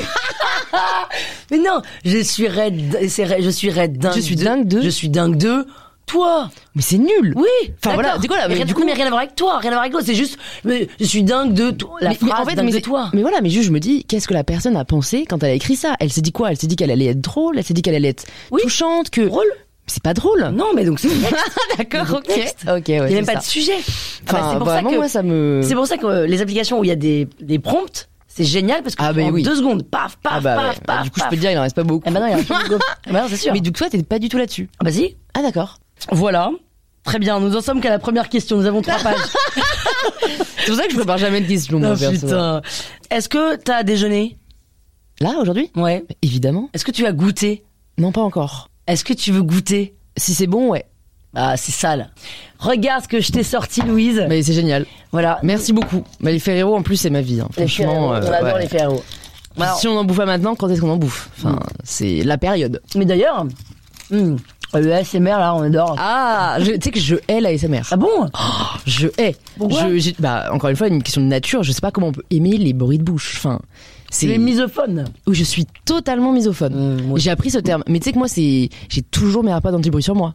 <laughs> mais non, je suis raide, c'est raide- je suis raide dingue.
Je suis
de-
dingue de-
Je suis dingue de toi.
Mais c'est nul.
Oui.
Enfin voilà.
d'accord.
Du coup, là,
Mais
mais
rien,
du coup,
mais rien à voir avec toi, rien à voir avec toi. C'est juste, mais je suis dingue de toi. La
mais- mais
phrase dingue de toi.
<laughs> mais voilà, mais juste je me dis, qu'est-ce que la personne a pensé quand elle a écrit ça Elle s'est dit quoi Elle s'est dit qu'elle allait être drôle, elle s'est dit qu'elle allait être
Oui.
touchante, que
Drôle.
c'est pas drôle.
Non, mais donc c'est
<laughs> D'accord, ok.
Texte.
Ok, ouais,
Il n'y a même
c'est
pas de
ça.
sujet. Ah bah,
Enfin,
c'est pour
vraiment,
ça que
moi, ça me.
c'est pour ça que euh, les applications où il y a des, des prompts, c'est génial parce que
Ah,
tu-
mais
en
oui.
deux secondes, paf, paf,
Ah bah, ouais.
paf,
Bah,
paf,
du coup, je
paf.
peux te dire, il en reste pas beaucoup.
Eh ben non, il y a un
<laughs>
truc de go. Eh ben non, c'est sûr.
mais du coup, toi, t'es pas du tout là-dessus.
Ah bah si.
Ah d'accord.
Voilà. Très bien, nous en sommes qu'à la première question, nous avons trois
<laughs>
pages.
C'est pour ça que je prépare jamais de questions.
Ah,
moi, perso.
putain. Est-ce que t'as déjeuné
Là, aujourd'hui
Ouais.
Évidemment.
Est-ce que tu as goûté
Non, pas encore.
Est-ce que tu veux goûter
Si c'est bon, ouais.
Ah, c'est sale. Regarde ce que je t'ai sorti, Louise.
Mais c'est génial.
Voilà.
Merci beaucoup. Mais les Ferrero, en plus, c'est ma vie. hein.
Les
Franchement,
Ferrero,
euh,
on adore
ouais. Bah,
les Ferrero. Alors,
Si on en bouffe pas maintenant, quand est-ce qu'on en bouffe Enfin, c'est la période.
Mais d'ailleurs, hmm, le ASMR, là, on adore.
Ah, je- tu sais que je hais la SMR.
Ah bon
Je hais.
Pourquoi
Je- j'ai- bah, encore une fois, une question de nature. Je sais pas comment on peut aimer les bruits de bouche. Enfin, c'est.
Tu es misophone.
où je suis totalement misophone.
Mm, moi aussi.
J'ai appris ce terme. Mais tu sais que moi, c'est j'ai toujours mes repas d'anti-bruit sur moi.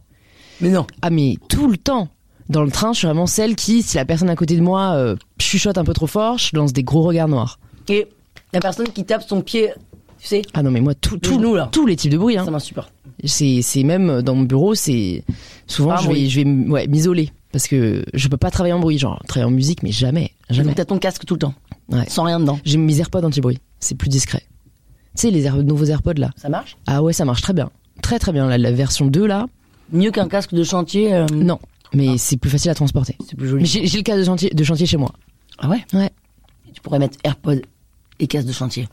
Mais non.
Ah mais tout le temps. Dans le train, je suis vraiment celle qui, si la personne à côté de moi euh, chuchote un peu trop fort, je lance des gros regards noirs.
Et la personne qui tape son pied, tu sais,
Ah non mais moi, tout, tout-
genoux, là.
tous les types de bruits. Hein.
ça m'insupporte.
C'est c'est même euh, dans mon bureau, c'est souvent
Ah,
je vais,
oui.
je vais m- ouais, m'isoler parce que je peux pas travailler en bruit, genre travailler en musique, mais jamais, jamais.
Donc t'as ton casque tout le temps,
Ouais.
sans rien dedans.
J'ai mis AirPods anti-bruit, c'est plus discret. Tu sais les air- nouveaux AirPods là.
Ça marche
Ah ouais, ça marche très bien, très très bien. La, la version 2 là,
Mieux qu'un casque de chantier. euh,
non, mais c'est plus facile à transporter.
C'est plus joli.
Mais J'ai j'ai le cas de chantier, de chantier chez moi.
Ah ouais
Ouais.
Tu pourrais mettre AirPod et casque de chantier.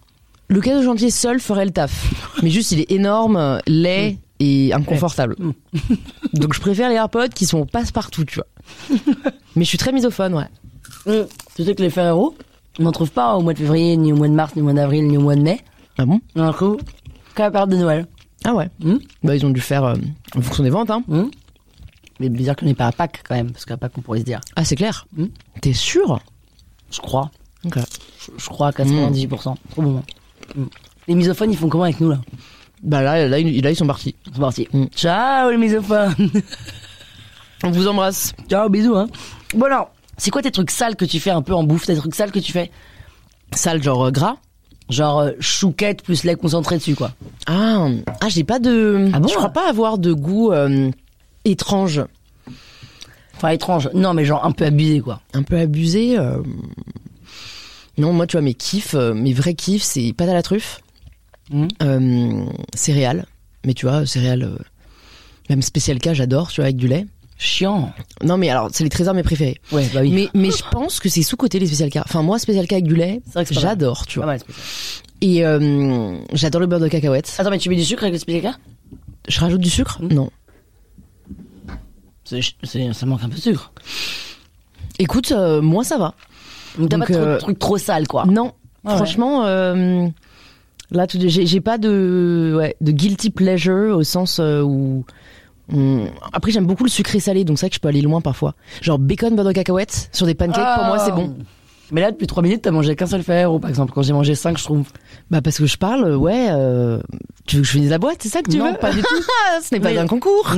Le cadeau gentil seul ferait le taf. Mais juste, il est énorme, euh, laid et inconfortable. <laughs> Donc, je préfère les AirPods qui sont passe-partout, tu vois. Mais je suis très misophone, ouais.
Hum, Tu sais que les Ferrero, on n'en trouve pas au mois de février, ni au mois de mars, ni au mois d'avril, ni au mois de mai.
Ah bon
D'un coup, qu'à la période de Noël.
Ah ouais
Hmm.
Bah, ils ont dû faire euh, en fonction des ventes, hein.
Mais bizarre qu'on n'est pas à Pâques quand même, parce qu'à Pâques on pourrait se dire.
Ah, c'est clair. T'es sûr
Je crois.
Ok.
Je, je crois à 98%. Trop bon. Hum. Les misophones, ils font comment avec nous là
Bah, là, là, ils- là, ils sont partis.
C'est parti.
Mm.
Ciao les <laughs> misophones
On vous embrasse.
Ciao, bisous, hein. Bon alors, c'est quoi tes trucs sales que tu fais un peu en bouffe Tes trucs sales que tu fais
Sale, genre euh, gras
Genre euh, chouquette plus lait concentré dessus, quoi.
Ah, ah hein j'ai pas de.
Ah bon
je crois pas avoir de goût euh, étrange.
Enfin, étrange. Non, mais genre un peu abusé, quoi.
un peu abusé. euh, Non, moi, tu vois, mes kiffs, euh, mes vrais kiffs, c'est pâte à la truffe,
Mhm.
euh, céréales. Mais tu vois, céréales, euh, même spécial cas, j'adore, tu vois, avec du lait.
Chiant.
Non, mais alors, c'est les trésors mes préférés.
Ouais, bah oui.
Mais, mais je pense que c'est sous-côté les spécial cas. Enfin, moi, spécial cas avec du lait,
vrai que c'est pas mal.
j'adore, tu
Pas
vois.
mal, Ah, c'est pas ça.
Et euh, j'adore le beurre de cacahuète.
Attends, mais tu mets du sucre avec le spécial
Je rajoute du sucre
Mmh.
Non.
Ça manque un peu de sucre.
Écoute, euh, moi, ça va.
Donc t'as
Donc,
pas de
euh,
trucs trucs trop sales, quoi.
Non,
Ah ouais.
franchement, euh, là, tout de- j'ai j'ai pas de, ouais, de guilty pleasure au sens euh, où. on- Après, j'aime beaucoup le sucré salé, donc c'est vrai que je peux aller loin parfois. Genre bacon, beurre de cacahuète sur des pancakes, pour moi, c'est
Ah.
bon.
Oh. Mais là, depuis 3 minutes, t'as mangé qu'un seul Ferrero, par exemple. Quand j'ai mangé 5, je trouve.
Bah, parce que je parle, euh, ouais. euh, Tu veux que je finisse la boîte, c'est ça que tu
Non,
veux
pas du
tout. <laughs> Ce n'est pas
Mais-
un concours.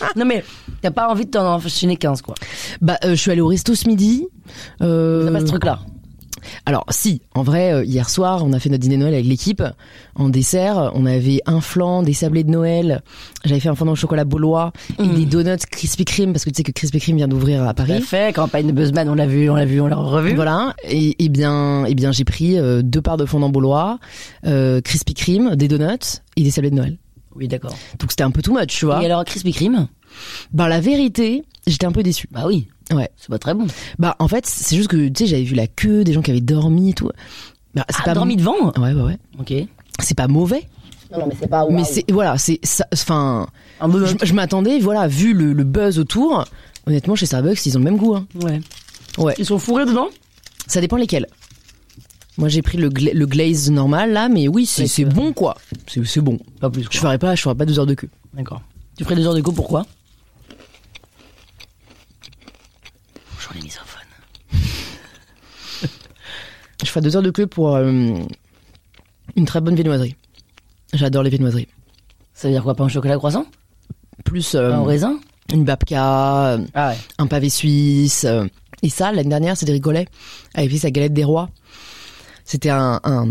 Ah. non, mais t'as pas envie de t'en enchaîner 15, quoi.
Bah, euh, je suis allée au resto ce midi. Euh,
T'as pas ce truc-là.
Alors si, en vrai, euh, hier soir, on a fait notre dîner de Noël avec l'équipe. En dessert, on avait un flan, des sablés de Noël. J'avais fait un fondant au chocolat baulois et
Mm.
des donuts Krispy Kreme parce que tu sais que Krispy Kreme vient d'ouvrir à
Tout à
Paris.
fait, campagne de Buzzman, on l'a vu, on l'a vu, on l'a revu.
Voilà. Et, et bien, et bien, j'ai pris euh, deux parts de fondant baulois, euh, Krispy Kreme, des donuts et des sablés de Noël.
Oui, d'accord.
Donc c'était un peu too much, tu vois.
Et alors, Krispy Kreme
Ben la vérité, j'étais un peu déçue.
Bah oui,
Ouais.
c'est pas très bon.
Bah en fait, c'est juste que tu sais, j'avais vu la queue, des gens qui avaient dormi et tout. Bah, c'est
Ah,
pas
dormi devant
Ouais, ouais, ouais.
Ok.
C'est pas mauvais.
Non, non, mais c'est pas.
Mais c'est voilà, c'est ça- enfin,
Un bon.
je, je m'attendais, voilà, vu le, le buzz autour. Honnêtement, chez Starbucks, ils ont le même goût. hein.
Ouais.
Ouais.
Ils sont fourrés dedans
Ça dépend lesquels. Moi, j'ai pris le, gla- le glaze normal là, mais oui, c'est
Ouais,
c'est
c'est
bon quoi. C'est c'est bon.
Pas plus.
Je ferai pas, je ferai pas deux heures de queue.
D'accord. Tu ferais des heures de go pourquoi Bonjour les misophones.
<laughs> Je ferai deux heures de queue pour euh, une très bonne viennoiserie. J'adore les viennoiseries.
Ça veut dire quoi Pas un chocolat croissant
Plus euh,
Pas Un raisin
une babka, euh,
Ah ouais.
un pavé suisse. euh. Et ça, l'année dernière, Cédric Gollet avait fait sa galette des rois. C'était un, un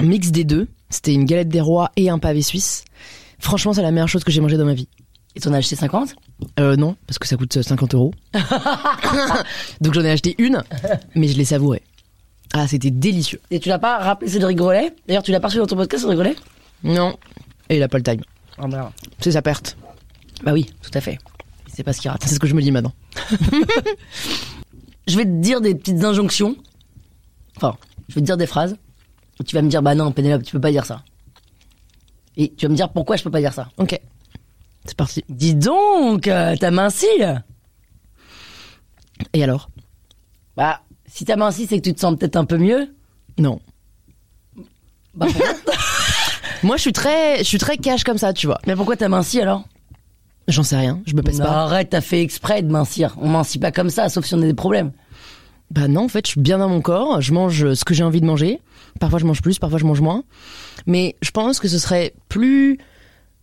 mix des deux. C'était une galette des rois et un pavé suisse. Franchement, c'est la meilleure chose que j'ai mangée dans ma vie.
Et t'en as acheté 50
Euh, non, parce que ça coûte euh, 50 euros. Donc j'en ai acheté une, mais je l'ai savourée. Ah, c'était délicieux.
Et tu l'as pas rappelé Cédric Grolet D'ailleurs, tu l'as pas reçu dans ton podcast Cédric Grolet
Non. Et il a pas le time.
Ah bah.
C'est sa perte. Ah,
Bah oui, tout à fait. C'est pas ce qu'il rate.
C'est ce que je me dis maintenant.
Je vais te dire des petites injonctions. Enfin, je vais te dire des phrases. Et tu vas me dire, bah non, Pénélope, tu peux pas dire ça. Et tu vas me dire pourquoi je peux pas dire ça.
Ok. C'est parti.
Dis donc, euh, t'as minci
Et alors
Bah, si t'as minci, c'est que tu te sens peut-être un peu mieux.
Non.
Bah, pourquoi-
<laughs> Moi, je suis très, je suis très cash comme ça, tu vois.
mais pourquoi t'as minci alors
J'en sais rien. Je me pèse
Non,
pas.
Arrête, t'as fait exprès de mincir. On mincit pas comme ça, sauf si on a des problèmes.
Bah non, en fait, je suis bien dans mon corps. Je mange euh, ce que j'ai envie de manger. Parfois, je mange plus, parfois, je mange moins. Mais je pense que ce serait plus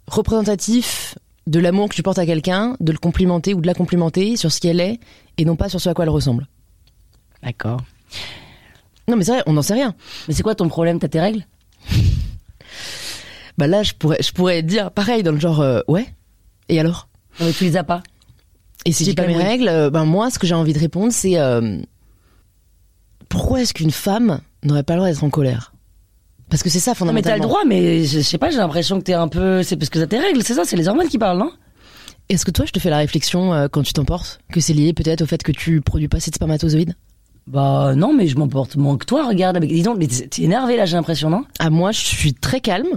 représentatif de l'amour que tu portes à quelqu'un, de le complimenter ou de la complimenter sur ce qu'elle est et non pas sur ce à quoi elle ressemble.
D'accord.
Non, mais c'est vrai, on n'en sait rien.
Mais c'est quoi ton problème T'as tes règles
Bah là, je pourrais, je pourrais dire pareil dans le genre, euh, ouais, et alors
Non, mais tu les as pas.
Et si
J'ai
j'ai pas
pas
mes
compris.
règles, euh, ben moi, ce que j'ai envie de répondre, c'est euh, pourquoi est-ce qu'une femme n'aurait pas le droit d'être en colère Parce que c'est
Non,
ça
mais
fondamentalement.
t'as le droit, mais je, je sais pas, j'ai l'impression que t'es un peu. C'est parce que t'as tes règles, c'est ça, c'est les hormones qui parlent, non
Est-ce que toi, je te fais la réflexion euh, quand tu t'emportes que c'est lié peut-être au fait que tu produis pas assez de spermatozoïdes
Bah non, mais je m'emporte moins que toi, regarde. Mais Dis donc, mais t'es t'es énervé là, j'ai l'impression, non
À Ah, moi, je suis très calme,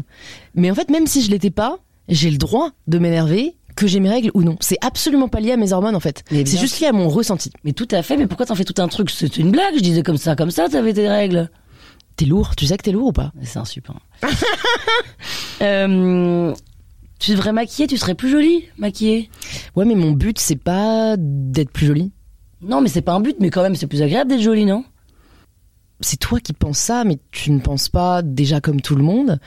mais en fait, même si je l'étais pas, j'ai le droit de m'énerver que j'ai mes règles ou non. C'est absolument pas lié à mes hormones en fait.
Mais
C'est
bien
juste lié à mon ressenti.
Mais tout à fait, mais pourquoi t'en fais tout un truc C'est une blague, je disais comme ça, comme ça, t'avais tes règles.
T'es lourd, tu sais que t'es lourd ou pas
Mais C'est <laughs> insupportable. euh, tu devrais maquiller, tu serais plus jolie, maquillée.
Ouais, mais mon but c'est pas d'être plus jolie.
Non, mais c'est pas un but, mais quand même, c'est plus agréable d'être jolie, non
C'est toi qui penses ça, mais tu ne penses pas déjà comme tout le monde.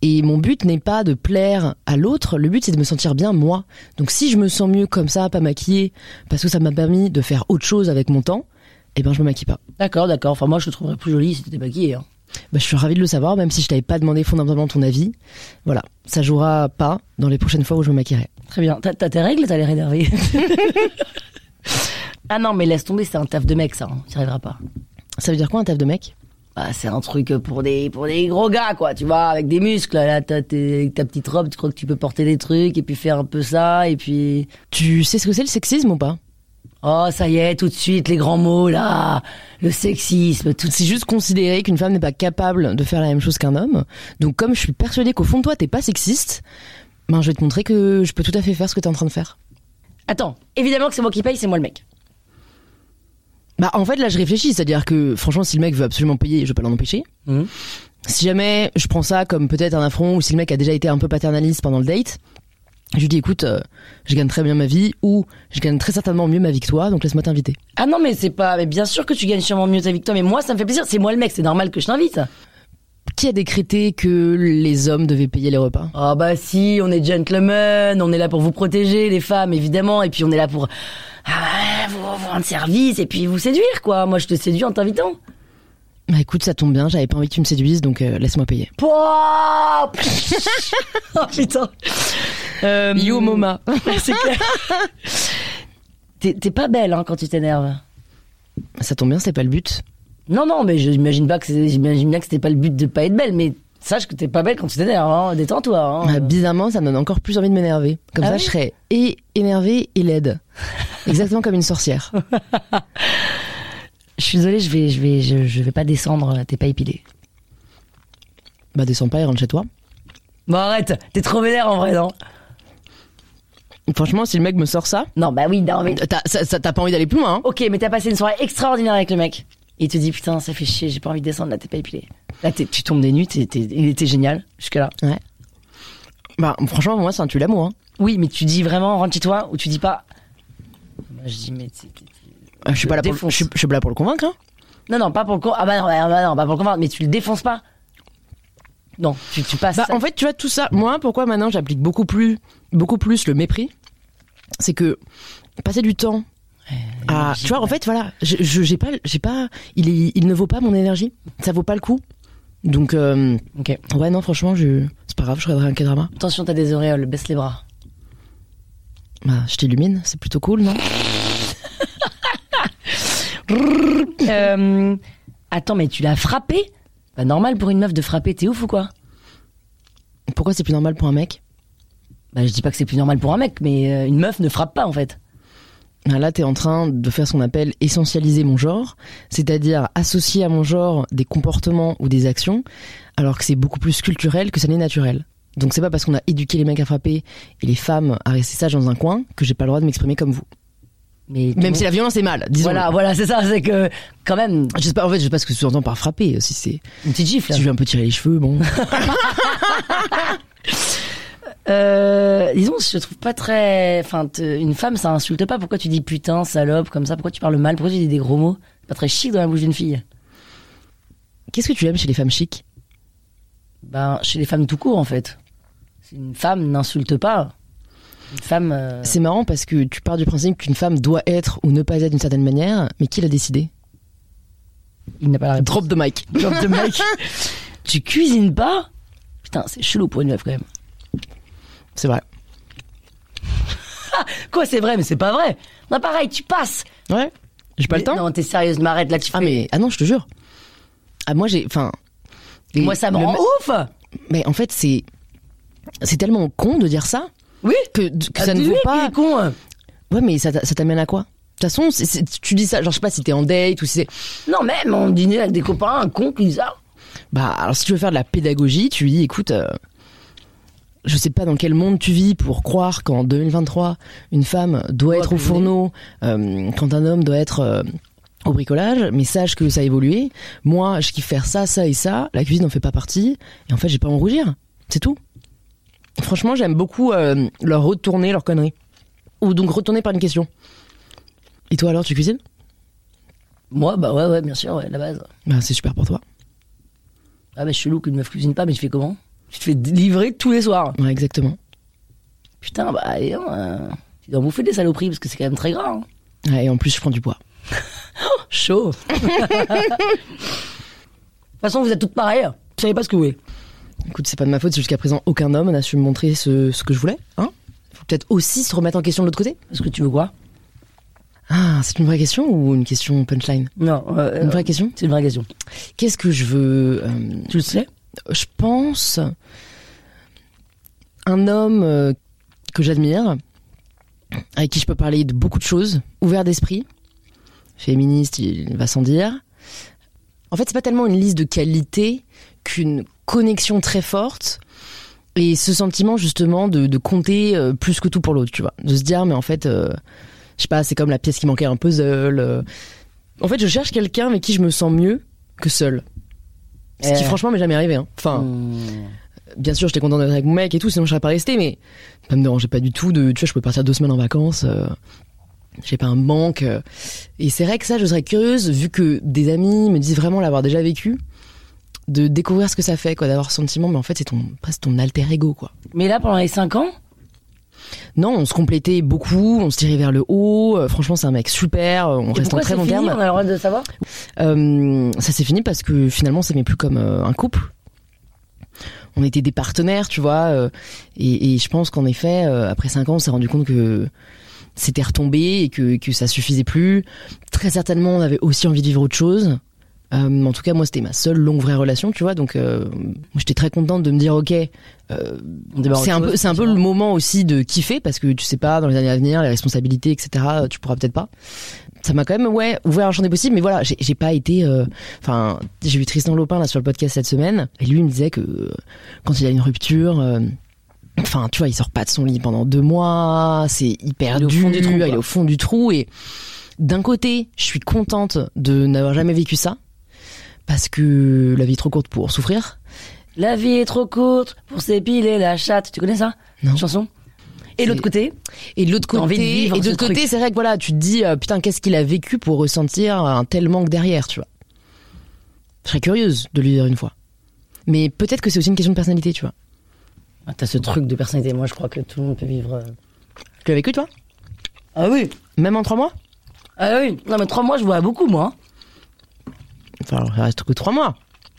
Et mon but n'est pas de plaire à l'autre, le but c'est de me sentir bien moi. Donc si je me sens mieux comme ça, pas maquillée, parce que ça m'a permis de faire autre chose avec mon temps, eh ben je me maquille pas.
D'accord, d'accord. Enfin, moi, je te trouverais plus jolie si t'étais maquillée. hein.
Bah, je suis ravie de le savoir, même si je t'avais pas demandé fondamentalement ton avis. Voilà, ça jouera pas dans les prochaines fois où je me maquillerai.
Très bien. T'as t'as tes règles, t'as l'air énervé. ah non, mais laisse tomber, c'est un taf de mec, ça. hein. T'y arriveras pas.
Ça veut dire quoi un taf de mec
Bah, c'est un truc pour des, pour des gros gars, quoi, tu vois, avec des muscles. Là, t'as tes- avec ta petite robe, tu crois que tu peux porter des trucs et puis faire un peu ça, et puis.
Tu sais ce que c'est le sexisme ou pas
Oh, ça y est, tout de suite, les grands mots, là. Le sexisme, tout de
C'est juste considérer qu'une femme n'est pas capable de faire la même chose qu'un homme. Donc comme je suis persuadée qu'au fond de toi t'es pas sexiste, ben je vais te montrer que je peux tout à fait faire ce que t'es en train de faire.
Attends, évidemment que c'est moi qui paye, c'est moi le mec.
Bah en fait là je réfléchis, c'est-à-dire que franchement si le mec veut absolument payer, je vais pas l'en empêcher.
Mhm.
Si jamais je prends ça comme peut-être un affront ou si le mec a déjà été un peu paternaliste pendant le date, je lui dis écoute, euh, je gagne très bien ma vie ou je gagne très certainement mieux ma vie que toi, donc laisse-moi t'inviter.
Ah non, mais c'est pas. Mais bien sûr que tu gagnes sûrement mieux ta victoire, mais moi, ça me fait plaisir. C'est moi le mec, c'est normal que je t'invite.
Qui a décrété que les hommes devaient payer les repas
Ah bah si, on est gentlemen, on est là pour vous protéger, les femmes, évidemment, et puis on est là pour ah, vous vous rendre service et puis vous séduire, quoi. Moi, je te séduis en t'invitant.
Bah écoute, ça tombe bien, j'avais pas envie que tu me séduises, donc euh, laisse-moi payer.
Pouah <laughs> Oh putain euh,
Yo Moma.
C'est clair. T'es t'es pas belle hein, quand tu t'énerves.
Ça tombe bien, c'est pas le but.
Non, non, mais je- j'imagine pas que c'est- j'imagine bien que c'était pas le but de pas être belle, mais sache que t'es pas belle quand tu t'énerves. hein. Détends-toi. hein.
Bah, bizarrement, ça me donne encore plus envie de m'énerver. Comme
Ah
ça,
oui
je serais et énervée
<laughs>
et laide. Exactement comme une sorcière.
Je suis désolée, je vais, je vais, je, je vais pas descendre. T'es pas épilée.
Bah descends pas et rentre chez toi.
Bon, arrête. T'es trop vénère en vrai, non
Franchement, si le mec me sort ça,
Non, bah oui, non, mais.
t'as ça- ça- t'as pas envie d'aller plus loin. hein.
Ok, mais t'as passé une soirée extraordinaire avec le mec. Et il te dit, putain, ça fait chier, j'ai pas envie de descendre, là, t'es pas épilée. Là, t'es- tu tombes des nues, t'es- t'es- il était génial, jusque-là.
Ouais. Bah franchement, moi, c'est un tue l'amour. hein.
Oui, mais tu dis vraiment, rentre chez toi, ou tu dis pas. Moi, je dis, mais. t'es- t'es-
Euh, Je suis pas là pour le- je
Défonce.
suis je suis pas là pour le convaincre. hein.
Non, non, pas pour le con. Ah bah non, bah non, pas pour le convaincre, mais tu le défonces pas. Non, tu, tu passes.
Bah, en fait, tu vois, tout ça, moi, pourquoi maintenant j'applique beaucoup plus, beaucoup plus le mépris C'est que passer du temps à. Tu vois, en fait, voilà, je- je- j'ai pas. j'ai pas il, est- il ne vaut pas mon énergie. Ça vaut pas le coup. Donc, euh,
Ok.
ouais, non, franchement, je, c'est pas grave, je regarderai un K-drama.
Attention, t'as des auréoles, baisse les bras. <laughs>
Bah, je t'illumine, c'est plutôt cool, non
Euh, attends, mais tu l'as frappé Bah, normal pour une meuf de frapper, t'es ouf ou quoi
Pourquoi c'est plus normal pour un mec
Bah, je dis pas que c'est plus normal pour un mec, mais euh, une meuf ne frappe pas en fait.
Ah, Là, t'es en train de faire ce qu'on appelle essentialiser mon genre, c'est-à-dire associer à mon genre des comportements ou des actions, alors que c'est beaucoup plus culturel que ça n'est naturel. Donc c'est pas parce qu'on a éduqué les mecs à frapper et les femmes à rester sages dans un coin que j'ai pas le droit de m'exprimer comme vous.
Mais
Même si la violence est mal, disons.
Voilà, voilà, c'est ça, c'est que quand même,
Je sais pas, en fait, je sais pas ce que tu entends par frapper. euh, Si c'est,
une petite gifle.
si je vais un peu tirer les cheveux, bon.
Euh, disons, je trouve pas très. Enfin, te- une femme, ça insulte pas. Pourquoi tu dis putain, salope, comme ça Pourquoi tu parles mal Pourquoi tu dis des gros mots C'est Pas très chic dans la bouche d'une fille.
Qu'est-ce que tu aimes chez les femmes chics
Ben, chez les femmes tout court, en fait. Une femme n'insulte pas. Une femme. euh,
C'est marrant parce que tu pars du principe qu'une femme doit être ou ne pas être d'une certaine manière, mais qui l'a décidé
Il n'a pas la réponse.
Drop de mic.
Drop the mic. tu cuisines pas Putain, c'est chelou pour une meuf quand même.
C'est vrai.
Quoi, c'est vrai, mais c'est pas vrai. Non, pareil, tu passes.
Ouais. J'ai pas le temps.
Non, t'es sérieuse, m'arrête là, tu
Ah
fais-
mais ah non, je te jure. Ah moi j'ai enfin les-
Moi, ça me
le
rend
ma-
ouf
Mais en fait, c'est c'est tellement con de dire ça
Oui
que,
Ah,
que ça ne vaut pas.
con. hein.
Ouais, mais ça t'a- ça t'amène à quoi De toute façon, c'est- c'est- tu dis ça, genre je sais pas si t'es en date ou si c'est
Non, même, on dînait avec des copains, un con qui dit ça.
bah alors si tu veux faire de la pédagogie, tu dis écoute euh, je sais pas dans quel monde tu vis pour croire qu'en 2023 une femme doit
Oh,
être au
purée.
fourneau euh, quand un homme doit être euh, au bricolage, mais sache que ça a évolué. Moi, je kiffe faire ça, ça et ça. La cuisine n'en fait pas partie. Et en fait, j'ai pas à en rougir. C'est tout. Franchement, j'aime beaucoup euh, leur retourner leur connerie. Ou donc retourner par une question. Et toi alors, tu cuisines
Moi, bah ouais, ouais, bien sûr, ouais, la base.
Bah, c'est super pour toi.
Ah, bah, chelou qu'une meuf cuisine pas, mais tu fais comment Tu te fais livrer tous les soirs.
Ouais, exactement.
Putain, bah, allez, hein, euh, tu dois en bouffer des saloperies, parce que c'est quand même très gras. hein.
Ouais, et en plus, je prends du poids.
Chaud. De toute façon, vous êtes toutes pareilles. Vous savez pas ce que vous voulez.
Écoute, c'est pas de ma faute. Jusqu'à présent, aucun homme n'a su me montrer ce, ce que je voulais. Hein Faut peut-être aussi se remettre en question de l'autre côté.
Est-ce que tu veux quoi
Ah, c'est une vraie question ou une question punchline
Non, euh,
Une vraie question
c'est une vraie question.
Qu'est-ce que je veux euh,
Tu le sais
je pense, un homme euh, que j'admire, avec qui je peux parler de beaucoup de choses, ouvert d'esprit, féministe, il va sans dire. En fait, c'est pas tellement une liste de qualités qu'une connexion très forte et ce sentiment justement de, de compter euh, plus que tout pour l'autre, tu vois. De se dire, mais en fait, euh, je sais pas, c'est comme la pièce qui manquait à un puzzle. euh. En fait, je cherche quelqu'un avec qui je me sens mieux que seul. Ce qui
Euh.
franchement m'est jamais arrivé. hein. Enfin,
Hmm. Mm.
bien sûr, j'étais contente d'être avec mon mec et tout, sinon je serais pas restée, mais ça me dérangeait pas du tout. De, tu vois, je peux partir deux semaines en vacances, euh, j'ai pas un manque. euh. et c'est vrai que ça, je serais curieuse, vu que des amis me disent vraiment l'avoir déjà vécu, de découvrir ce que ça fait, quoi, d'avoir ce sentiment, mais en fait, c'est ton, presque ton alter ego, quoi.
Mais là, pendant les 5 ans,
Non, on se complétait beaucoup, on se tirait vers le haut. euh, Franchement, c'est un mec super, euh,
Et
on reste en
pourquoi
très
c'est
bon
fini On a
terme.
le droit de le savoir
Euh, ça s'est fini parce que finalement, on s'aimait plus comme euh, un couple. On était des partenaires, tu vois. euh, et, et je pense qu'en effet, euh, après cinq ans, on s'est rendu compte que c'était retombé et que, que ça suffisait plus. Très certainement, on avait aussi envie de vivre autre chose. Euh, mais en tout cas, moi, c'était ma seule longue vraie relation, tu vois. Donc, euh, moi, j'étais très contente de me dire, ok, euh,
On démarre
c'est
autre
un peu,
chose,
c'est un peu le
effectivement.
moment aussi de kiffer parce que tu sais pas dans les années à venir les responsabilités, etc. euh, Tu pourras peut-être pas. Ça m'a quand même, ouais, ouvert un champ des possibles. Mais voilà, j'ai j'ai pas été. euh, Enfin, j'ai eu Tristan Lopin là sur le podcast cette semaine et lui il me disait que euh, quand il a une rupture. euh, Enfin, tu vois, il sort pas de son lit pendant deux mois, c'est hyper
Il est au
dur,
fond du trou,
il est
quoi.
au fond du trou et d'un côté, je suis contente de n'avoir jamais vécu ça, parce que la vie est trop courte pour souffrir.
La vie est trop courte pour s'épiler la chatte. Tu connais ça
Non.
Chanson. Et de l'autre
C'est-
côté,
Et de l'autre
T'as envie de
côté,
vivre
et de
ce
l'autre côté,
truc.
c'est vrai que voilà, tu te dis euh, putain, qu'est-ce qu'il a vécu pour ressentir un tel manque derrière, tu vois. Je serais curieuse de lui dire une fois. Mais peut-être que c'est aussi une question de personnalité, tu vois.
Ah, t'as ce truc de personnalité. Moi, je crois que tout le monde peut vivre. euh,
Tu l'as vécu toi
Ah oui,
Même en trois mois
ah oui. Non, mais trois mois, je vois beaucoup, moi. hein.
Enfin, ça reste que trois mois.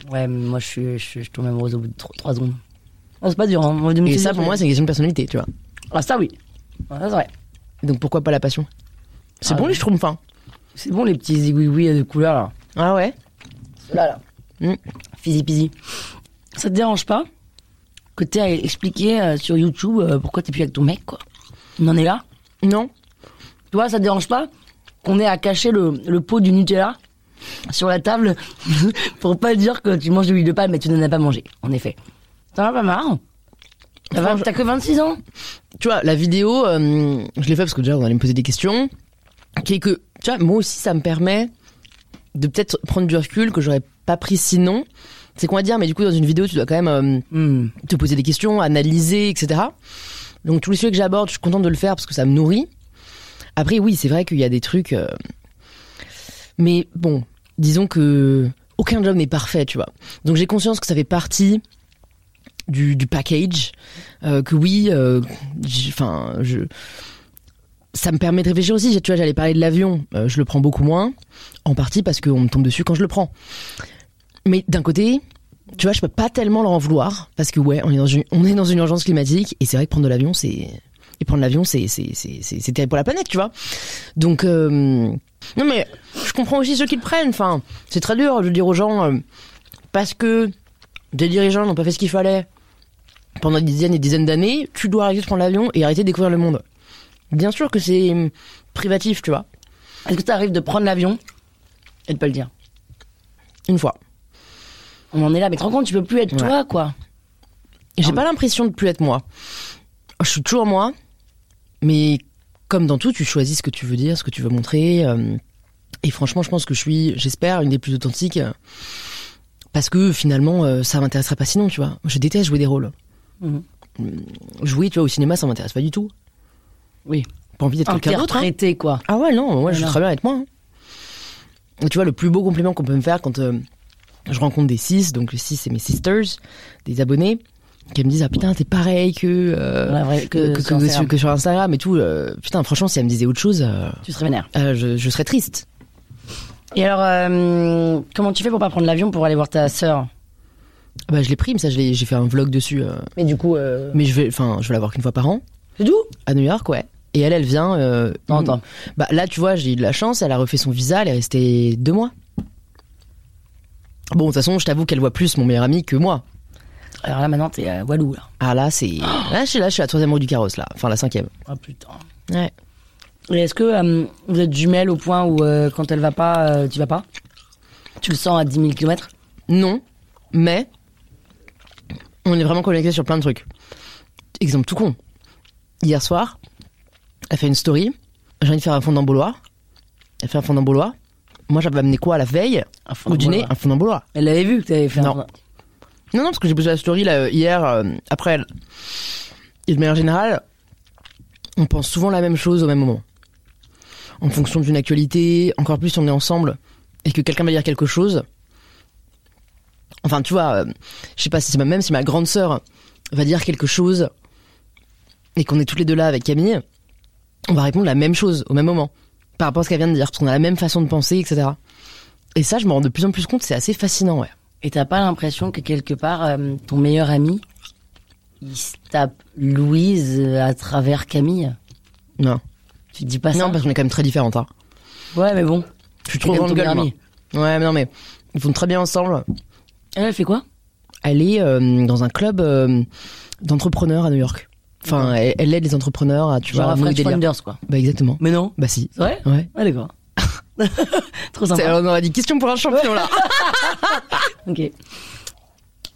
Ouais, mais moi, je suis, je, suis- je tombe amoureuse au bout de trois, trois secondes. Non, c'est pas dur. hein. Moi, de me
Et
dire,
ça, pour
je-
moi, c'est une question de personnalité, tu vois.
Ah, ça, oui. Ah, ça, c'est vrai.
Donc pourquoi pas la passion C'est
Ah
bon,
ouais.
les je trompe fin.
C'est bon, les petits zigouigouis de couleur, là.
Ah ouais
Ceux-là, là. Hmm.
Mm.
Fizzy pizzy. Ça te dérange pas que t'aies à expliquer euh, sur YouTube euh, pourquoi t'es plus avec ton mec, quoi On en est là
Non
Tu vois, ça te dérange pas qu'on ait à cacher le, le pot du Nutella sur la table <laughs> pour pas dire que tu manges de l'huile de palme mais tu n'en as pas mangé, en effet. T'en as pas marre T'as vingt-
Franche-
T'as que 26 ans
tu vois, la vidéo, euh, je l'ai fait parce que déjà on allait me poser des questions, qui est que, tu vois, moi aussi ça me permet de peut-être prendre du recul que j'aurais pas pris sinon. C'est qu'on va dire, mais du coup dans une vidéo tu dois quand même euh, te poser des questions, analyser, etc. Donc tous les sujets que j'aborde, je suis contente de le faire parce que ça me nourrit. Après, oui, c'est vrai qu'il y a des trucs. euh, Mais bon, disons que aucun job n'est parfait, tu vois. Donc j'ai conscience que ça fait partie du, du package, euh, que oui, euh, j'ai- enfin, je. Ça me permet de réfléchir aussi. J'ai- Tu vois, j'allais parler de l'avion. Euh, je le prends beaucoup moins, en partie parce qu'on me tombe dessus quand je le prends. Mais d'un côté, tu vois, je peux pas tellement leur en vouloir parce que ouais, on est dans une, on est dans une urgence climatique et c'est vrai que prendre de l'avion, c'est et prendre l'avion, c'est c'est c'est c'est c'est terrible pour la planète, tu vois. Donc euh, non mais je comprends aussi ceux qui le prennent. Enfin, c'est très dur de dire aux gens euh, parce que des dirigeants n'ont pas fait ce qu'il fallait pendant des dizaines et des dizaines d'années, tu dois arrêter de prendre l'avion et arrêter de découvrir le monde. Bien sûr que c'est hum, privatif, tu vois,
Est-ce que t'arrives de prendre l'avion et de pas le dire
une fois.
On en est là, mais te rends compte, tu peux plus être
Ouais.
toi, quoi.
Et J'ai pas l'impression de plus être moi. Je suis toujours moi, mais comme dans tout, tu choisis ce que tu veux dire, ce que tu veux montrer. euh, et franchement, je pense que je suis, j'espère, une des plus authentiques. euh, parce que finalement, euh, ça m'intéresserait pas sinon, tu vois. Je déteste jouer des rôles.
Mhm.
Mm, Jouer, tu vois, au cinéma, ça m'intéresse pas du tout.
Oui.
Pas envie d'être quelqu'un d'autre. hein.
Interpréter, quoi.
Ah ouais, non, moi je suis
Voilà.
très bien avec moi. hein. Et tu vois, le plus beau compliment qu'on peut me faire quand euh, je rencontre des cis, donc les cis c'est mes sisters, des abonnés, qui me disent Ah putain, t'es pareil que, euh,
Ouais, vrai,
que,
que
que-
sur
que-
Instagram.
que sur Instagram et tout. euh, putain, franchement, si elle me disait autre chose, euh,
Tu serais vénère.
euh, je, je serais triste.
Et alors, euh, comment tu fais pour pas prendre l'avion pour aller voir ta sœur
Bah, je l'ai pris, mais ça, je l'ai- j'ai fait un vlog dessus. euh,
Mais du coup, euh,
mais je vais, enfin, je vais la voir qu'une fois par an,
c'est d'où
à New York, ouais. Et elle, elle vient. euh,
Non,
une-
attends.
Bah, là, tu vois, j'ai eu de la chance, elle a refait son visa, elle est restée deux mois. Bon, de toute façon, je t'avoue qu'elle voit plus mon meilleur ami que moi.
Alors là, maintenant, t'es à Walou, là.
Ah là,
<gasps>
c'est. Là, je suis, là, je suis à la troisième roue du carrosse, là. Enfin, la cinquième.
Ah putain.
Ouais.
Et est-ce que euh, vous êtes jumelles au point où euh, quand elle va pas, euh, tu vas pas Tu le sens à 10 000 km
Non, mais. On est vraiment connectés sur plein de trucs. Exemple tout con. Hier soir, elle fait une story. J'ai envie de faire un fondant boulois. Elle fait un fondant boulois. Moi, j'avais amené quoi à la veille
Un fondant
Au dîner,
baulois.
un fondant boulois.
Elle l'avait vu que t'avais fait
Non.
un...
Non, non, parce que j'ai posé la story là, euh, hier, euh, après elle. Et de manière générale, on pense souvent la même chose au même moment. En fonction d'une actualité, encore plus si on est ensemble et que quelqu'un va dire quelque chose. Enfin, tu vois, euh, je sais pas si c'est ma- même si ma grande sœur va dire quelque chose et qu'on est toutes les deux là avec Camille, on va répondre la même chose au même moment par rapport à ce qu'elle vient de dire, parce qu'on a la même façon de penser, etc. Et ça, je me rends de plus en plus compte, c'est assez fascinant, ouais.
Et t'as pas l'impression que quelque part, euh, ton meilleur ami, il se tape Louise euh, à travers Camille
Non.
Tu te dis pas ça
Non, Ah, parce qu'on est quand même très différentes. Hein.
Ouais, mais bon.
Je suis trop
T'es comme
grande
ton
gueule,
meilleur
moi.
ami.
Ouais, mais non, mais ils font très bien ensemble.
Ah, Elle, elle fait quoi
Elle est euh, dans un club euh, d'entrepreneurs à New York. Enfin, elle, elle aide les entrepreneurs à, tu
Genre
vois,
à
nouer
French
des liens.
Wonders, quoi.
Bah, exactement.
Mais non.
Bah, si.
C'est vrai
Ouais.
Ouais, d'accord. <laughs> Trop
C'est-
sympa.
On aurait dit question pour un champion, <laughs> là.
Ok.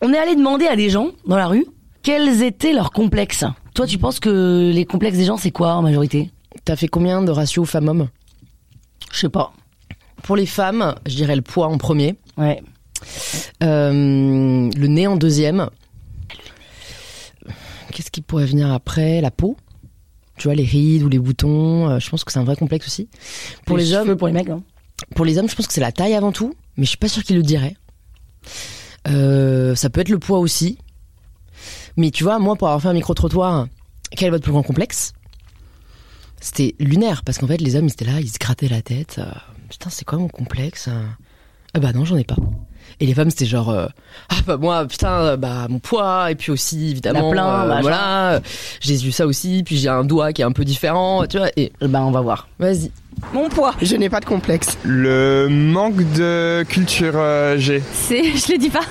On est allé demander à des gens dans la rue quels étaient leurs complexes. Toi, tu penses que les complexes des gens, c'est quoi en majorité
T'as fait combien de ratio femmes-hommes
Je sais pas.
Pour les femmes, je dirais le poids en premier,
Ouais.
euh, le nez en deuxième. Qu'est-ce qui pourrait venir après La peau tu vois les rides ou les boutons, euh, je pense que c'est un vrai complexe aussi. Pour les, hein. hommes,
cheveux, pour les mecs, non
pour les hommes, je pense que c'est la taille avant tout, mais je suis pas sûre qu'ils le diraient. Euh, ça peut être le poids aussi. Mais tu vois, moi, pour avoir fait un micro-trottoir, quel est votre plus grand complexe C'était lunaire, parce qu'en fait, les hommes, ils étaient là, ils se grattaient la tête. euh, Putain, c'est quoi mon complexe euh Ah bah non, j'en ai pas. Et les femmes, c'était genre, euh, ah bah moi, putain, euh, bah mon poids, et puis aussi, évidemment,
plainte, machin.
voilà, euh, j'ai eu ça aussi, puis j'ai un doigt qui est un peu différent, tu vois, et
Eh Ben, on va voir.
vas-y.
Mon poids,
Je n'ai pas de complexe.
Le manque de culture euh, G.
c'est, je le dis pas.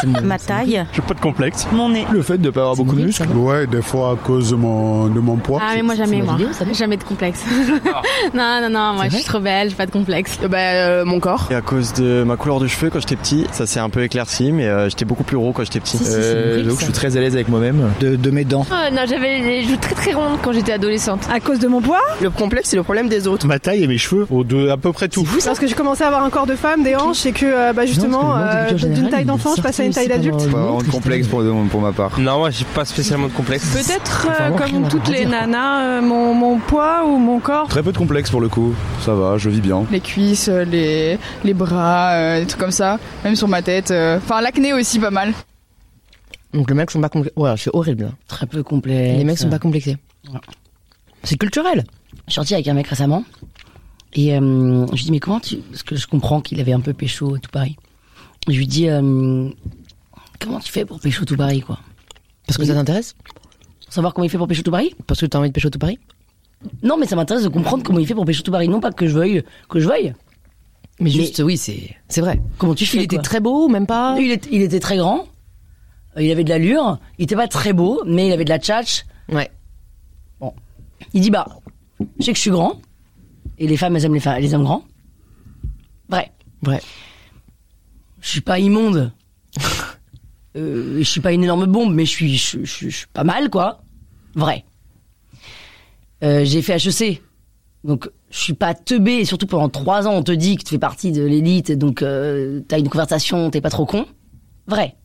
C'est mon-
Ma taille
J'ai pas de complexe.
Mon nez.
Le fait de pas avoir
C'est
Ah, beaucoup de
mignon, ça,
muscles.
Ouais, des fois à cause de mon, de mon poids.
Ah mais moi jamais
c'est ma
moi.
vidéo, ça,
<laughs>
non
jamais de complexe. <laughs> non non non, moi je
Ah. C'est vrai Eh ben.
suis trop belle, j'ai pas de complexe.
Euh, bah, euh, mon corps.
Et à cause de ma couleur de cheveux quand j'étais petit, ça s'est un peu éclairci, mais euh, j'étais beaucoup plus gros quand j'étais petit.
Si, si, c'est
Euh,
horrible,
donc
ça.
je suis très à l'aise avec moi-même.
De, de mes dents.
Oh, non, j'avais les joues très très rondes quand j'étais adolescente.
À cause de mon poids
Le complexe, c'est le problème des autres.
Ma taille et mes cheveux, au de, à peu près tout.
Parce que j'ai commencé à avoir un corps de femme, des hanches, et que euh, bah, justement,
parce que le monde de
euh,
culture
d'une
générale,
taille
il
d'enfant, je
sortait
passe à une
aussi
taille d'adulte.
pendant
Pas
le
vraiment de
monde,
complexe pour, pour ma part.
Non, moi j'ai pas spécialement de complexe.
Peut-être
Enfin,
euh,
vraiment rien
comme
à
toutes les
redire, quoi.
nanas, euh, mon, mon poids ou mon corps.
Très peu de complexe pour le coup. Ça va, je vis bien.
Les cuisses, euh, les, les bras, euh, des trucs comme ça. Même sur ma tête. euh. Enfin, l'acné aussi, pas mal.
Donc les mecs sont pas complexés. Ouais, c'est horrible. hein.
Très peu complet.
Les mecs sont pas complexés.
Ouais.
C'est culturel.
Je suis sortie avec un mec récemment. Et euh, je lui dis, mais comment tu. Parce que je comprends qu'il avait un peu pécho à tout Paris. Je lui dis, euh, comment tu fais pour pécho tout Paris, quoi
Parce que
Oui.
ça t'intéresse
Savoir comment il fait pour pécho tout Paris
Parce que t'as envie de pêcher au tout Paris
Non, mais ça m'intéresse de comprendre comment il fait pour pécho tout Paris. Non pas que je veuille, que je veuille.
Mais juste, oui, c'est c'est vrai.
Comment tu fais
Il était
quoi.
très beau, même pas
il, est- il était très grand. Euh, Il avait de l'allure. Il était pas très beau, mais il avait de la tchatche.
Ouais.
Il dit, bah, je sais que je suis grand. Et les femmes, elles aiment les, femmes, les hommes grands. Vrai.
Vrai.
je suis pas immonde. Euh, je suis pas une énorme bombe, mais je suis, je, je- je suis pas mal, quoi. Vrai. Euh, j'ai fait HEC. Donc, je suis pas teubé. Et surtout, pendant trois ans, on te dit que tu fais partie de l'élite. Donc, euh, t'as une conversation, t'es pas trop con. Vrai.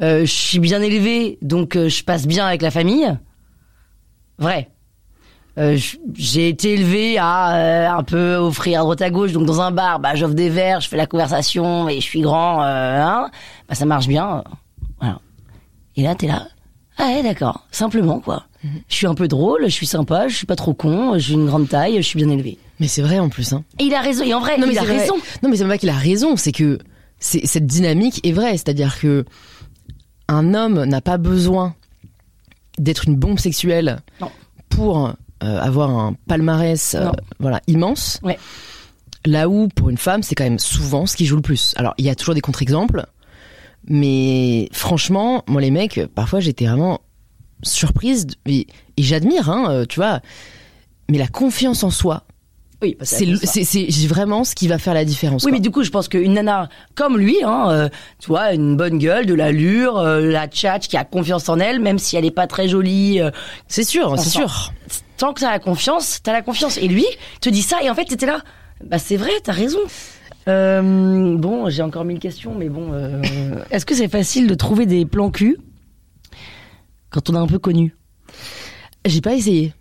Euh, je suis bien élevé. Donc, euh, je passe bien avec la famille. Vrai. Euh, je- j'ai été élevé à euh, un peu offrir à droite à gauche, donc dans un bar, bah, j'offre des verres, je fais la conversation, et je suis grand, euh, hein, bah, ça marche bien, euh, voilà. Et là, t'es là, ah ouais, d'accord, simplement quoi. Je suis un peu drôle, je suis sympa, je suis pas trop con, j'ai une grande taille, je suis bien élevé.
Mais c'est vrai en plus. Hein.
Et il a raison, et en vrai, il a
c'est vrai.
raison.
Non, mais c'est même pas qu'il a raison, c'est que c'est- cette dynamique est vraie. C'est-à-dire que un homme n'a pas besoin d'être une bombe sexuelle
Non.
pour euh, avoir un palmarès euh,
Non.
voilà, immense.
Ouais.
Là où, pour une femme, c'est quand même souvent ce qui joue le plus. Alors, il y a toujours des contre-exemples, mais franchement, moi, les mecs, parfois, j'étais vraiment surprise de- et, et j'admire, hein, euh, tu vois. Mais la confiance en soi,
Oui, parce que
c'est le- c'est c'est vraiment ce qui va faire la différence.
Oui,
quoi.
mais du coup, je pense qu'une nana comme lui, hein, euh, tu vois, une bonne gueule, de l'allure, euh, la tchatche qui a confiance en elle, même si elle est pas très jolie, euh,
C'est sûr, c'est
Enfin.
sûr.
tant que t'as la confiance, t'as la confiance. Et lui te dit ça, et en fait, t'étais là. Bah, c'est vrai, t'as raison. Euh, bon, j'ai encore mille questions, mais bon.
<laughs>
euh, Est-ce que c'est facile de trouver des plans cul quand on a un peu connu
J'ai pas essayé.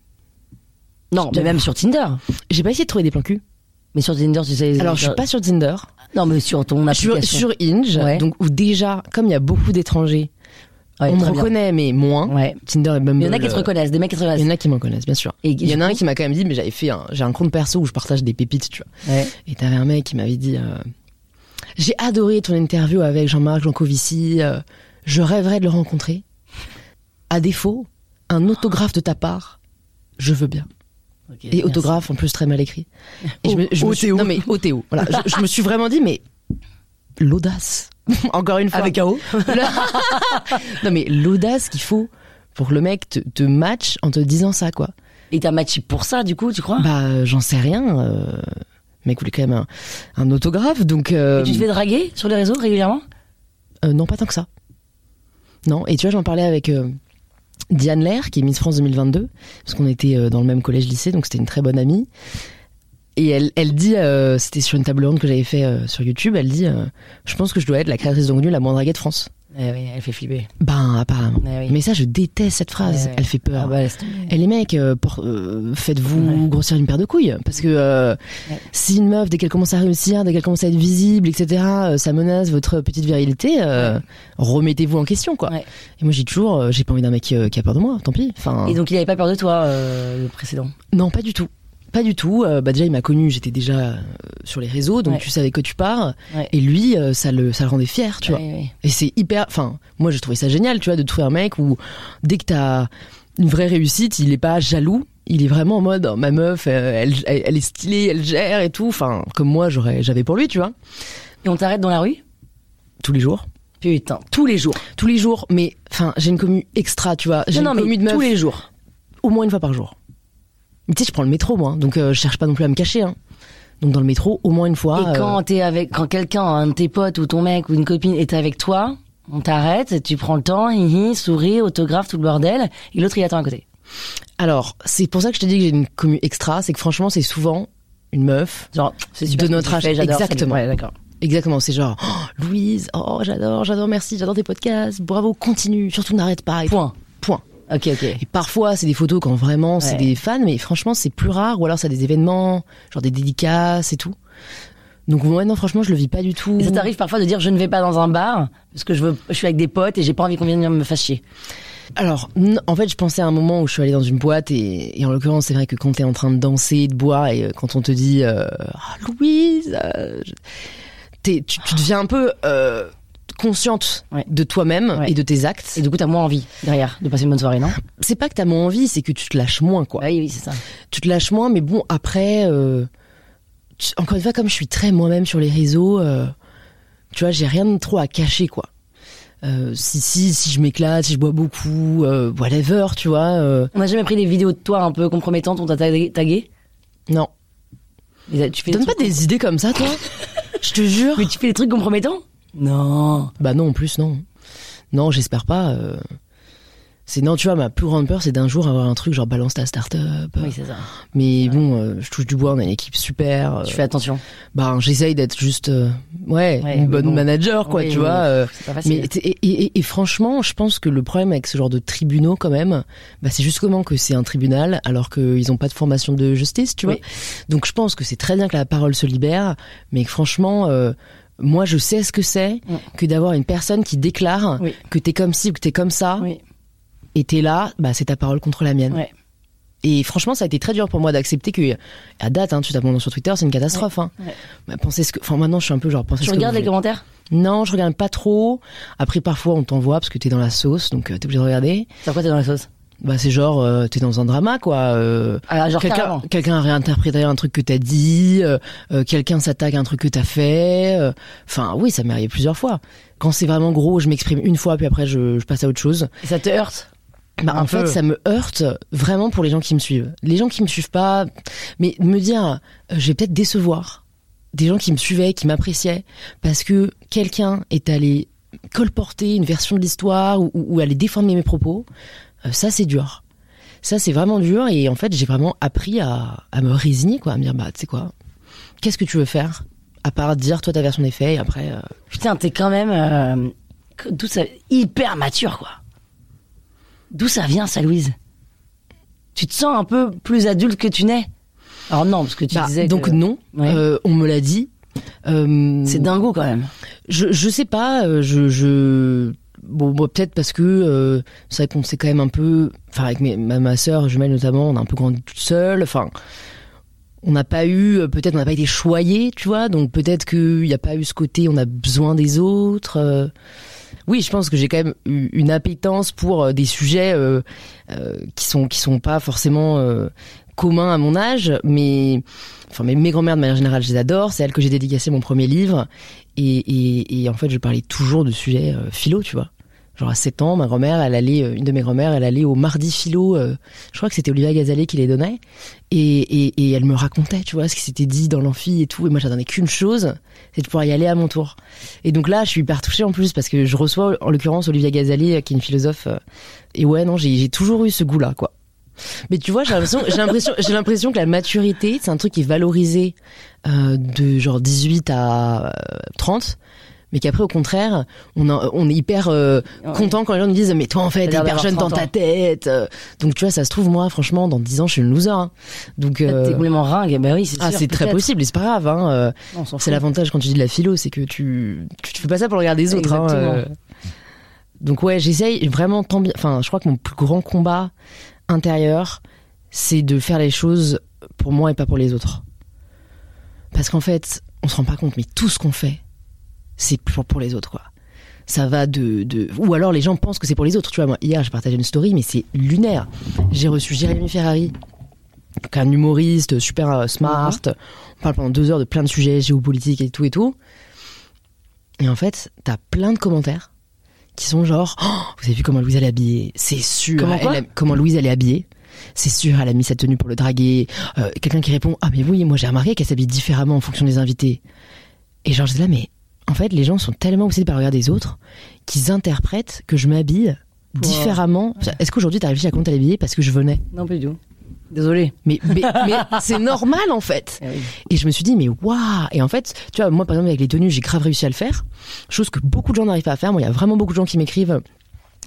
Non, mais même sur Tinder.
J'ai pas essayé de trouver des plans cul.
Mais sur Tinder, tu sais.
Alors, je suis pas sur Tinder.
Non, mais sur ton
Je suis
application.
sur Inge,
Ouais.
donc où déjà, comme il y a beaucoup d'étrangers, on me
très bien.
reconnaît, mais moins. Tinder et Bumble.
Il y en a qui te
euh,
reconnaissent, des mecs qui te reconnaissent.
Il y en a qui me reconnaissent, bien sûr.
Et
il y en a
du
un
coup-
qui m'a quand même dit, mais j'avais fait un, j'ai un compte perso où je partage des pépites, tu vois.
Ouais.
Et t'avais un mec qui m'avait dit, euh, j'ai adoré ton interview avec Jean-Marc Jancovici, euh, je rêverais de le rencontrer. À défaut, un autographe de ta part, je veux bien. Et autographe en plus très mal écrit. Et je me, je me suis- non mais OTO. Voilà, je, je me suis vraiment dit mais l'audace. <laughs> Encore une fois.
Avec un O.
Le- non mais l'audace qu'il faut pour que le mec te, te match en te disant ça quoi.
Et t'as matché pour ça du coup, tu crois
Bah euh, j'en sais rien. Euh, le mec voulait quand même un, un autographe donc.
Et
euh,
tu te fais draguer sur les réseaux régulièrement
euh, non, pas tant que ça. Non, et tu vois, j'en parlais avec euh, Diane Lair, qui est Miss France 2022, parce qu'on était euh, dans le même collège-lycée, donc c'était une très bonne amie. Et elle, elle dit, euh, c'était sur une table ronde que j'avais fait euh, sur YouTube, elle dit euh, Je pense que je dois être la créatrice d'ongles la moins draguée de France.
Eh oui, elle fait flipper.
Ben, apparemment.
Eh oui.
Mais ça, je déteste cette phrase.
Eh oui.
Elle fait peur.
Ah bah, laisse tomber.
Et les mecs, euh, por- euh, faites-vous grossir une paire de couilles. Parce que euh, si une meuf, dès qu'elle commence à réussir, dès qu'elle commence à être visible, etc., euh, ça menace votre petite virilité, euh, remettez-vous en question, quoi. Et moi, j'ai toujours, euh, j'ai pas envie d'un mec euh, qui a peur de moi, tant pis. Enfin,
Et donc il avait pas peur de toi, euh, le précédent
Non, pas du tout. Pas du tout. Euh, bah déjà, il m'a connu, j'étais déjà euh, sur les réseaux, donc
Ouais.
tu savais que tu pars.
Ouais.
Et lui, euh, ça, le, ça le rendait fier, tu vois.
Ouais, ouais.
Et c'est hyper. Enfin, moi, je trouvais ça génial, tu vois, de trouver un mec où, dès que t'as une vraie réussite, il est pas jaloux. Il est vraiment en mode, oh, ma meuf, euh, elle, elle, elle est stylée, elle gère et tout. Enfin, comme moi, j'aurais, j'avais pour lui, tu vois.
Et on t'arrête dans la rue
Tous les jours.
Putain, tous les jours.
Tous les jours, mais enfin, j'ai une commu extra, tu vois. J'ai
Non, non,
une
mais
commu de meufs.
tous les jours.
Au moins une fois par jour. Mais tu sais, je prends le métro, moi, hein, donc euh, je cherche pas non plus à me cacher. hein. Donc dans le métro, au moins une fois.
et
euh,
quand t'es avec, quand quelqu'un, un de tes potes ou ton mec ou une copine est avec toi, on t'arrête, tu prends le temps, hihi, souris, autographe, tout le bordel, et l'autre il attend à côté.
Alors, c'est pour ça que je te dis que j'ai une commu extra, c'est que franchement, c'est souvent une meuf
super
de
ce que
notre
tu
âge.
fais, j'adore,
Exactement.
salut. Ouais, d'accord.
Exactement, c'est genre oh, Louise, oh j'adore, j'adore, merci, j'adore tes podcasts, bravo, continue, surtout n'arrête pas. Point. Point.
Ok, ok.
Et parfois, c'est des photos quand vraiment c'est
Ouais.
des fans, mais franchement, c'est plus rare, ou alors c'est des événements, genre des dédicaces et tout. Donc moi, non, franchement, je le vis pas du tout.
Et ça t'arrive parfois de dire je ne vais pas dans un bar parce que je veux, je suis avec des potes et j'ai pas envie qu'on vienne me fâcher.
Alors, n- en fait, je pensais à un moment où je suis allée dans une boîte et, et en l'occurrence, c'est vrai que quand t'es en train de danser, de boire et euh, quand on te dit euh, Ah, Louise, euh, je- t'es- tu, tu deviens un peu euh, consciente de toi-même et de tes actes. Et
du coup, t'as moins envie derrière de passer une bonne soirée, non
C'est pas que t'as moins envie, c'est que tu te lâches moins, quoi.
Bah Oui, oui, c'est ça.
Tu te lâches moins, mais bon, après, euh, tu- encore une fois, comme je suis très moi-même sur les réseaux, euh, tu vois, j'ai rien de trop à cacher, quoi. Euh, si, si, si je m'éclate, si je bois beaucoup, euh, whatever, tu vois. euh,
On n'a jamais pris des vidéos de toi un peu compromettantes, on t'a tagué, tagué
Non.
tu fais
Donne pas des idées
<laughs>
comme ça, toi Je te jure.
Mais tu fais des trucs compromettants Non.
Bah non, en plus, non. Non, j'espère pas. euh. C'est non, tu vois, ma plus grande peur, c'est d'un jour avoir un truc genre balance ta start-up.
Oui, c'est ça.
Mais bon, euh, je touche du bois, on a une équipe super.
Tu
euh,
fais attention.
Bah, j'essaye d'être juste, euh,
Ouais,
ouais,
mais
une bonne
bon.
manager, quoi,
Oui,
tu
mais
vois. euh,
c'est pas facile.
mais t- et, et- et- et franchement, je pense que le problème avec ce genre de tribunaux, quand même, bah, c'est juste comment que c'est un tribunal, alors qu'ils n'ont pas de formation de justice, tu vois. Donc, je pense que c'est très bien que la parole se libère, mais que franchement. euh, moi, je sais ce que c'est
Mm.
que d'avoir une personne qui déclare que t'es comme ci ou que t'es comme ça, et t'es là, bah c'est ta parole contre la mienne. Et franchement, ça a été très dur pour moi d'accepter que, à date, hein, tu tapes mon nom sur Twitter, c'est une catastrophe. hein.
Ouais.
Bah, pensez ce que. Enfin, maintenant, je suis un peu genre. Pensez
Tu
ce que
regardes les
vous voulez.
commentaires
Non, je regarde pas trop. Après, parfois, on t'envoie parce que t'es dans la sauce, donc euh, t'es obligé de regarder.
C'est quoi t'es dans la sauce
Bah, c'est genre, euh, t'es dans un drama, quoi. euh,
Ah, genre
quelqu'un,
carrément.
quelqu'un a réinterprété un truc que t'as dit, euh, euh, quelqu'un s'attaque à un truc que t'as fait. euh. Enfin, oui, ça m'est arrivé plusieurs fois. Quand c'est vraiment gros, je m'exprime une fois, puis après, je, je passe à autre chose.
Et ça te heurte
Bah,
Un
en
peu.
fait, ça me heurte vraiment pour les gens qui me suivent. Les gens qui me suivent pas, mais me dire, euh, je vais peut-être décevoir des gens qui me suivaient, qui m'appréciaient, parce que quelqu'un est allé colporter une version de l'histoire ou, ou- ou aller déformer mes propos. euh, ça, c'est dur. Ça, c'est vraiment dur. Et en fait, j'ai vraiment appris à, à me résigner, quoi, à me dire, bah, tu sais quoi, qu'est-ce que tu veux faire à part dire toi ta version des faits et après. euh,
Putain, t'es quand même euh, que- d'où ça, hyper mature, quoi. D'où ça vient, ça, Louise Tu te sens un peu plus adulte que tu n'es Alors non, parce que tu
Bah,
disais. que-
donc non,
Ouais.
euh, on me l'a dit. euh,
C'est dingo quand même.
Je, je sais pas, euh, je, je Bon, moi, peut-être parce que euh, c'est vrai qu'on s'est quand même un peu. Enfin, avec mes- ma, ma soeur jumelle notamment, on a un peu grandi toute seule. Enfin, on n'a pas eu. euh, Peut-être on n'a pas été choyés, tu vois. Donc peut-être qu'il n'y a pas eu ce côté, on a besoin des autres. euh. Oui, je pense que j'ai quand même eu une appétence pour euh, des sujets euh, euh, qui sont qui sont pas forcément euh, communs à mon âge, mais enfin mes, mes grand-mères de manière générale, je les adore. C'est à elles que j'ai dédicacé mon premier livre, et, et, et en fait, je parlais toujours de sujets euh, philo, tu vois. Genre à 7 ans, ma grand-mère, elle allait, euh, une de mes grand-mères, elle allait au mardi philo. euh, je crois que c'était Olivia Gazalet qui les donnait, et, et, et elle me racontait, tu vois, ce qui s'était dit dans l'amphi et tout. Et moi, j'attendais qu'une chose, c'est de pouvoir y aller à mon tour. Et donc là, je suis hyper touchée en plus parce que je reçois, en l'occurrence, Olivia Gazalet, euh, qui est une philosophe. euh, et ouais, non, j'ai j'ai toujours eu ce goût-là, quoi. Mais tu vois, j'ai l'impression, j'ai l'impression, j'ai l'impression que la maturité, c'est un truc qui est valorisé euh, de genre 18 à euh, 30. Mais qu'après, au contraire, on, a- on est hyper euh,
Ouais.
content quand les gens nous disent Mais toi, en fait,
T'as l'air
t'es hyper
d'avoir
jeune dans
30
ta
ans.
tête. euh. Donc, tu vois, ça se trouve, moi, franchement, dans 10 ans, je suis une loser. hein. Donc,
T'es complètement ringue, bah oui, c'est
ah,
sûr,
c'est très
peut-être.
possible, et c'est pas grave. Hein. euh,
Non, on s'en
c'est
fout.
l'avantage quand tu dis de la philo, c'est que tu, tu, tu fais pas ça pour le regarder les autres. hein,
Exactement.
euh. Donc ouais, j'essaye vraiment tant bien. Enfin, je crois que mon plus grand combat intérieur, c'est de faire les choses pour moi et pas pour les autres. Parce qu'en fait, on se rend pas compte, mais tout ce qu'on fait, c'est pour, pour les autres, quoi. Ça va de, de- Ou alors les gens pensent que c'est pour les autres. Tu vois, moi, hier, je partageais une story, mais c'est lunaire. J'ai reçu Jérémy Ferrari, donc un humoriste super euh, smart. On parle pendant deux heures de plein de sujets géopolitiques et tout et tout. Et en fait, t'as plein de commentaires qui sont genre Oh, Vous avez vu comment Louise elle est habillée C'est sûr.
Comment quoi
elle a- comment Louise elle est habillée C'est sûr, elle a mis sa tenue pour le draguer. Euh, Quelqu'un qui répond Ah, mais oui, moi j'ai remarqué qu'elle s'habille différemment en fonction des invités. Et genre, j'étais là, mais en fait, les gens sont tellement obsédés par le regard des autres qu'ils interprètent que je m'habille
Pour- euh,
différemment. Est-ce qu'aujourd'hui, t'as réfléchi à comment t'allais habillée parce que je venais
Non, pas du tout. Désolée.
mais, mais,
<laughs>
mais c'est normal en fait. Et je me suis dit, mais waouh Et en fait, tu vois, moi par exemple, avec les tenues, j'ai grave réussi à le faire. Chose que beaucoup de gens n'arrivent pas à faire. Moi, il y a vraiment beaucoup de gens qui m'écrivent.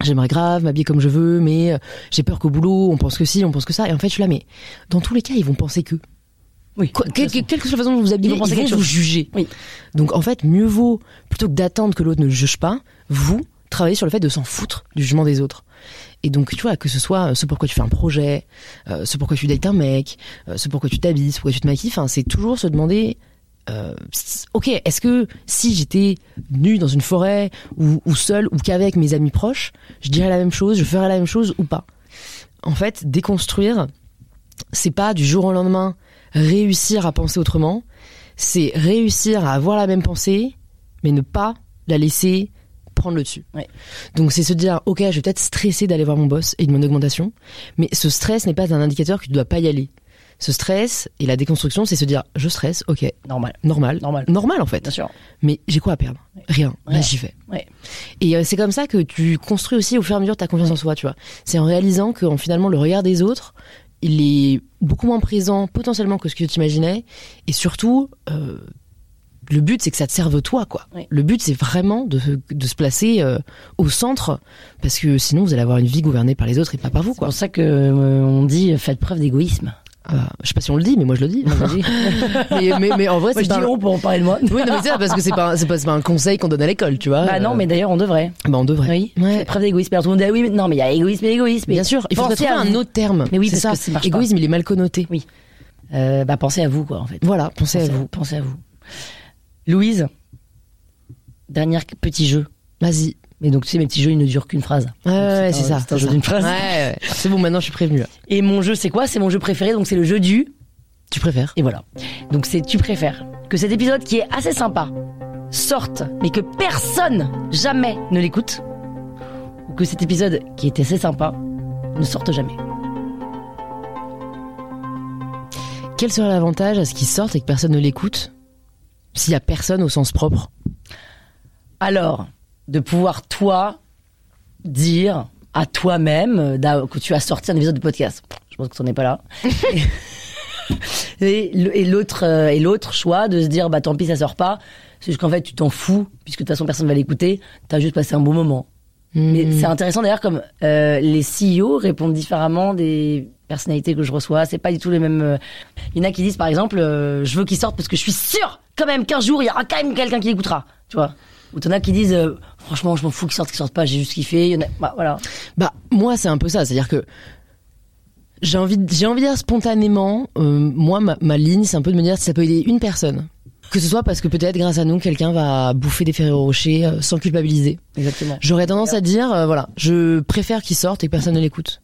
J'aimerais grave m'habiller comme je veux, mais euh, j'ai peur qu'au boulot, on pense que si, on pense que ça. Et en fait, je suis là, mais dans tous les cas, ils vont penser que.
Oui.
quelle que soit la façon dont vous vous habillez,
Ils
ils
vont
vont,
penser quelque
vous
chose.
juger. Donc en fait, mieux vaut, plutôt que d'attendre que l'autre ne le juge pas, vous, travaillez sur le fait de s'en foutre du jugement des autres. Et donc, tu vois, que ce soit euh, ce pourquoi tu fais un projet, euh, ce pourquoi tu dates un mec, euh, ce pourquoi tu t'habilles, ce pourquoi tu te maquilles, enfin, c'est toujours se demander, euh, s- ok, est-ce que si j'étais nue dans une forêt, ou, ou seule, ou qu'avec mes amis proches, je dirais la même chose, je ferais la même chose ou pas En fait, déconstruire, c'est pas du jour au lendemain réussir à penser autrement, c'est réussir à avoir la même pensée, mais ne pas la laisser prendre le dessus. Donc c'est se dire, ok, je vais peut-être stresser d'aller voir mon boss et de mon augmentation, mais ce stress n'est pas un indicateur que tu dois pas y aller. Ce stress et la déconstruction, c'est se dire, je stresse, ok,
normal,
normal, normal, normal en fait. Mais j'ai quoi à perdre Rien. Bah,
Ouais.
j'y vais.
Ouais.
Et euh, c'est comme ça que tu construis aussi au fur et à mesure ta confiance en soi, tu vois. C'est en réalisant que en, finalement le regard des autres, il est beaucoup moins présent potentiellement que ce que tu imaginais. Et surtout, euh, le but c'est que ça te serve toi, quoi.
Ouais.
Le but c'est vraiment de, de se placer euh, au centre, parce que sinon vous allez avoir une vie gouvernée par les autres et pas par vous, quoi.
C'est pour ça que euh, on dit euh, faites preuve d'égoïsme.
Ah, je sais pas si on le dit, mais Ah. moi je
<laughs>
le dis. <laughs> mais, mais- mais en
Moi,
vrai, c'est
je
pas
dis
un-
on pour en parler de moi.
Oui, non, mais c'est ça, parce que c'est pas, un- c'est pas, c'est pas un conseil qu'on donne à l'école, tu vois.
<laughs> Bah non,
Euh,
mais d'ailleurs on devrait.
Bah on devrait.
Oui. Faites preuve d'égoïsme. Alors tout le monde dit ah oui, mais non, mais il y a égoïsme et égoïsme.
Bien sûr, il faut
Pensez
trouver
à
un
vous.
autre terme.
Mais oui,
c'est
parce
ça.
que ça marche pas.
Égoïsme, il est mal connoté.
Oui. Euh, bah pensez à vous quoi en fait.
Voilà, pensez, à vous.
Pensez à vous. Louise, dernier petit jeu.
Vas-y.
Mais donc tu sais mes petits jeux ils ne durent qu'une phrase.
Ouais, ouais, c'est ça.
C'est un
c'est
jeu
ça.
d'une phrase.
Ouais, ouais. <laughs> C'est bon, maintenant je suis prévenu.
Et mon jeu, c'est quoi C'est mon jeu préféré, donc c'est le jeu du.
Tu préfères
Et voilà. Donc c'est tu préfères que cet épisode qui est assez sympa sorte, mais que personne jamais ne l'écoute, ou que cet épisode qui est assez sympa ne sorte jamais.
Quel serait l'avantage à ce qu'il sorte et que personne ne l'écoute S'il y a personne au sens propre.
Alors, de pouvoir toi dire à toi-même euh, d'a- que tu as sorti un épisode de podcast. Je pense que t'en es pas là. et le- et l'autre euh, et l'autre choix de se dire bah tant pis ça sort pas, c'est juste qu'en fait tu t'en fous puisque de toute façon personne va l'écouter. T'as juste passé un bon moment.
Hmm.
Mais c'est intéressant d'ailleurs comme euh, les CEO répondent différemment des personnalités que je reçois. C'est pas du tout les mêmes. euh, Il y en a qui disent par exemple, euh, je veux qu'ils sortent parce que je suis sûr quand même qu'un jour il y aura quand même quelqu'un qui l'écoutera. Tu vois. Ou t'en as qui disent, euh, franchement, je m'en fous qu'ils sortent, qu'ils sortent pas, j'ai juste kiffé. Il y en a- bah, voilà.
Bah, moi, c'est un peu ça. C'est-à-dire que j'ai envie, de- j'ai envie de dire spontanément, euh, moi, ma, ma ligne, c'est un peu de me dire si ça peut aider une personne. Que ce soit parce que peut-être grâce à nous, quelqu'un va bouffer des Ferrero Rocher euh, sans culpabiliser.
Exactement.
J'aurais tendance à dire, euh, voilà, je préfère qu'il sorte et que personne ne l'écoute.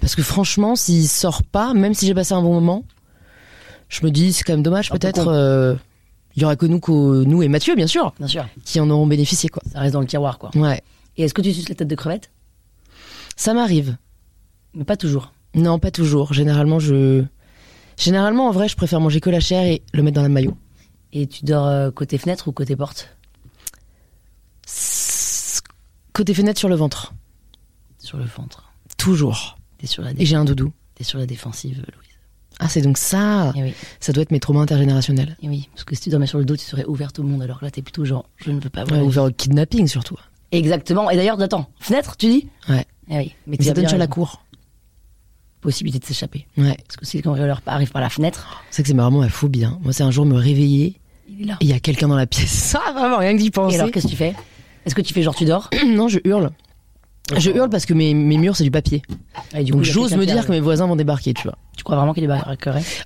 Parce que franchement, s'il sort pas, même si j'ai passé un bon moment, je me dis, c'est quand même dommage, peut-être. euh, Il y aura que nous, qu'au- nous et Mathieu, bien sûr,
Bien sûr.
qui en auront bénéficié, quoi.
Ça reste dans le tiroir, quoi.
Ouais.
Et est-ce que tu suces la tête de crevette
Ça m'arrive.
Mais pas toujours.
Non, pas toujours. Généralement, je. Généralement, en vrai, je préfère manger que la chair et le mettre dans la maillot.
Et tu dors euh, côté fenêtre ou côté porte
Côté fenêtre sur le ventre.
Sur le ventre.
Toujours.
T'es sur la
Et j'ai un doudou.
T'es sur la défensive, Louise.
Ah, c'est donc ça
Eh oui.
Ça doit être mes traumas intergénérationnels.
Et oui, parce que si tu dormais sur le dos, tu serais ouverte au monde, alors que là, t'es plutôt genre, je ne veux pas voir.
Ouais, ouvert au kidnapping, surtout.
Exactement. Et d'ailleurs, attends, fenêtre, tu dis
Ouais.
Eh oui.
Mais,
tu as
ça donne
bien
sur la
raison.
cour.
Possibilité de s'échapper.
Ouais.
Parce que si le cambrioleur arrive par la fenêtre,
C'est que c'est vraiment ma phobie. hein. Moi, c'est un jour me réveiller.
<gasps> il est là.
et Il y a quelqu'un dans la pièce. <laughs> Ça, vraiment, rien que d'y penser.
Et alors, qu'est-ce que tu fais Est-ce que tu fais genre tu dors <coughs>
<clears throat> non, je hurle. Je hurle parce que mes, mes murs, c'est du papier.
Et du
Donc
coup, il y a
j'ose
quelqu'un
me
qui
dire
arrive.
que mes voisins vont débarquer, tu vois.
Tu crois vraiment qu'il est barré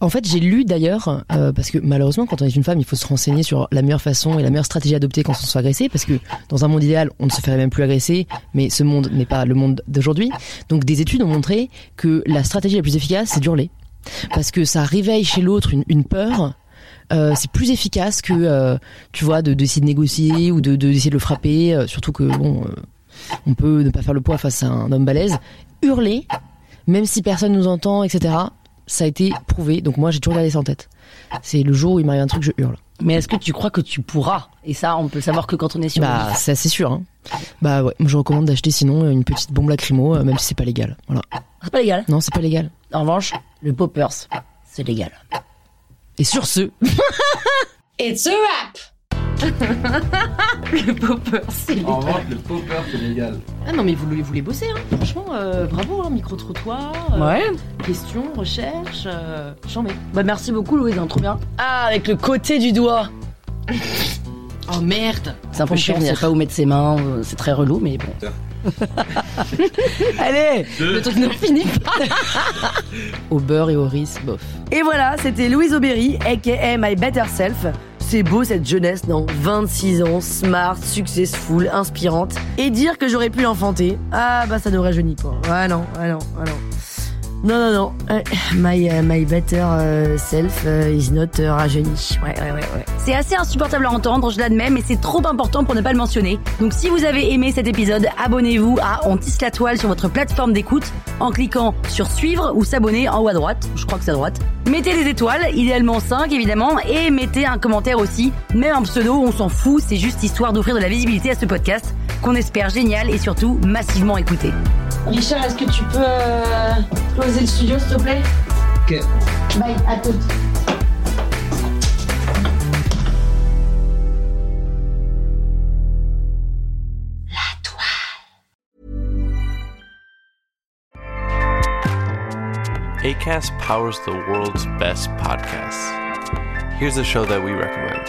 En fait, j'ai lu d'ailleurs, euh, parce que malheureusement, quand on est une femme, il faut se renseigner sur la meilleure façon et la meilleure stratégie à adopter quand on se fait agresser, parce que dans un monde idéal, on ne se ferait même plus agresser, mais ce monde n'est pas le monde d'aujourd'hui. Donc des études ont montré que la stratégie la plus efficace, c'est d'hurler. Parce que ça réveille chez l'autre une, une peur. Euh, c'est plus efficace que, euh, tu vois, de- d'essayer de, négocier ou de de- d'essayer de le frapper, euh, surtout que, bon, euh, on peut ne pas faire le poids face à un homme balèze. Hurler, même si personne nous entend, etc. Ça a été prouvé. Donc moi, j'ai toujours gardé ça en tête. C'est le jour où il m'arrive un truc, je hurle.
Mais est-ce que tu crois que tu pourras Et ça, on peut le savoir que quand on est sur
Bah, c'est assez sûr. hein. Bah ouais, moi, je recommande d'acheter sinon une petite bombe lacrymo, euh, même si c'est pas légal. Voilà.
C'est pas légal.
Non, c'est pas légal.
En revanche, le poppers, c'est légal.
Et sur ce,
It's a rap
Le poppers, c'est légal.
En revanche, le popper, c'est légal.
Ah non, mais vous, voulez bosser, franchement, bravo, micro-trottoir.
Ouais.
Questions, recherches, j'en mets.
Bah, merci beaucoup, Louise, on est trop bien. Ah, avec le côté du doigt
Oh merde
C'est un peu chiant, on sait pas où mettre ses mains, euh, c'est très relou, mais bon. <laughs> Allez
Le truc ne finit pas Au beurre et au riz, bof.
Et voilà, c'était Louise Aubéry, aka My Better Self. C'est beau cette jeunesse, non 26 ans, smart, successful, inspirante. Et dire que j'aurais pu l'enfanter, ah bah ça ne rajeunit pas. Ah non, ah non, ah non. Non, non, non. Euh, My, euh, my Better euh, Self euh, is not euh, rajeuni. Ouais, ouais, ouais, ouais. C'est assez insupportable à entendre, je l'admets, mais c'est trop important pour ne pas le mentionner. Donc si vous avez aimé cet épisode, abonnez-vous à On Tisse la Toile sur votre plateforme d'écoute en cliquant sur Suivre ou S'abonner en haut à droite. Je crois que c'est à droite. Mettez des étoiles, idéalement 5 évidemment, et mettez un commentaire aussi. Même un pseudo, on s'en fout, c'est juste histoire d'offrir de la visibilité à ce podcast qu'on espère génial et surtout massivement écouté.
Richard, est-ce que tu peux euh, closer le studio, s'il te plaît
Ok.
Bye, à toutes.
ACAST powers the world's best podcasts. Here's a show that we recommend.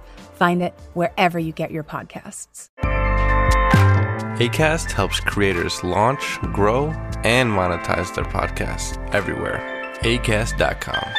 Find it wherever you get your podcasts.
ACAST helps creators launch, grow, and monetize their podcasts everywhere. ACAST.com.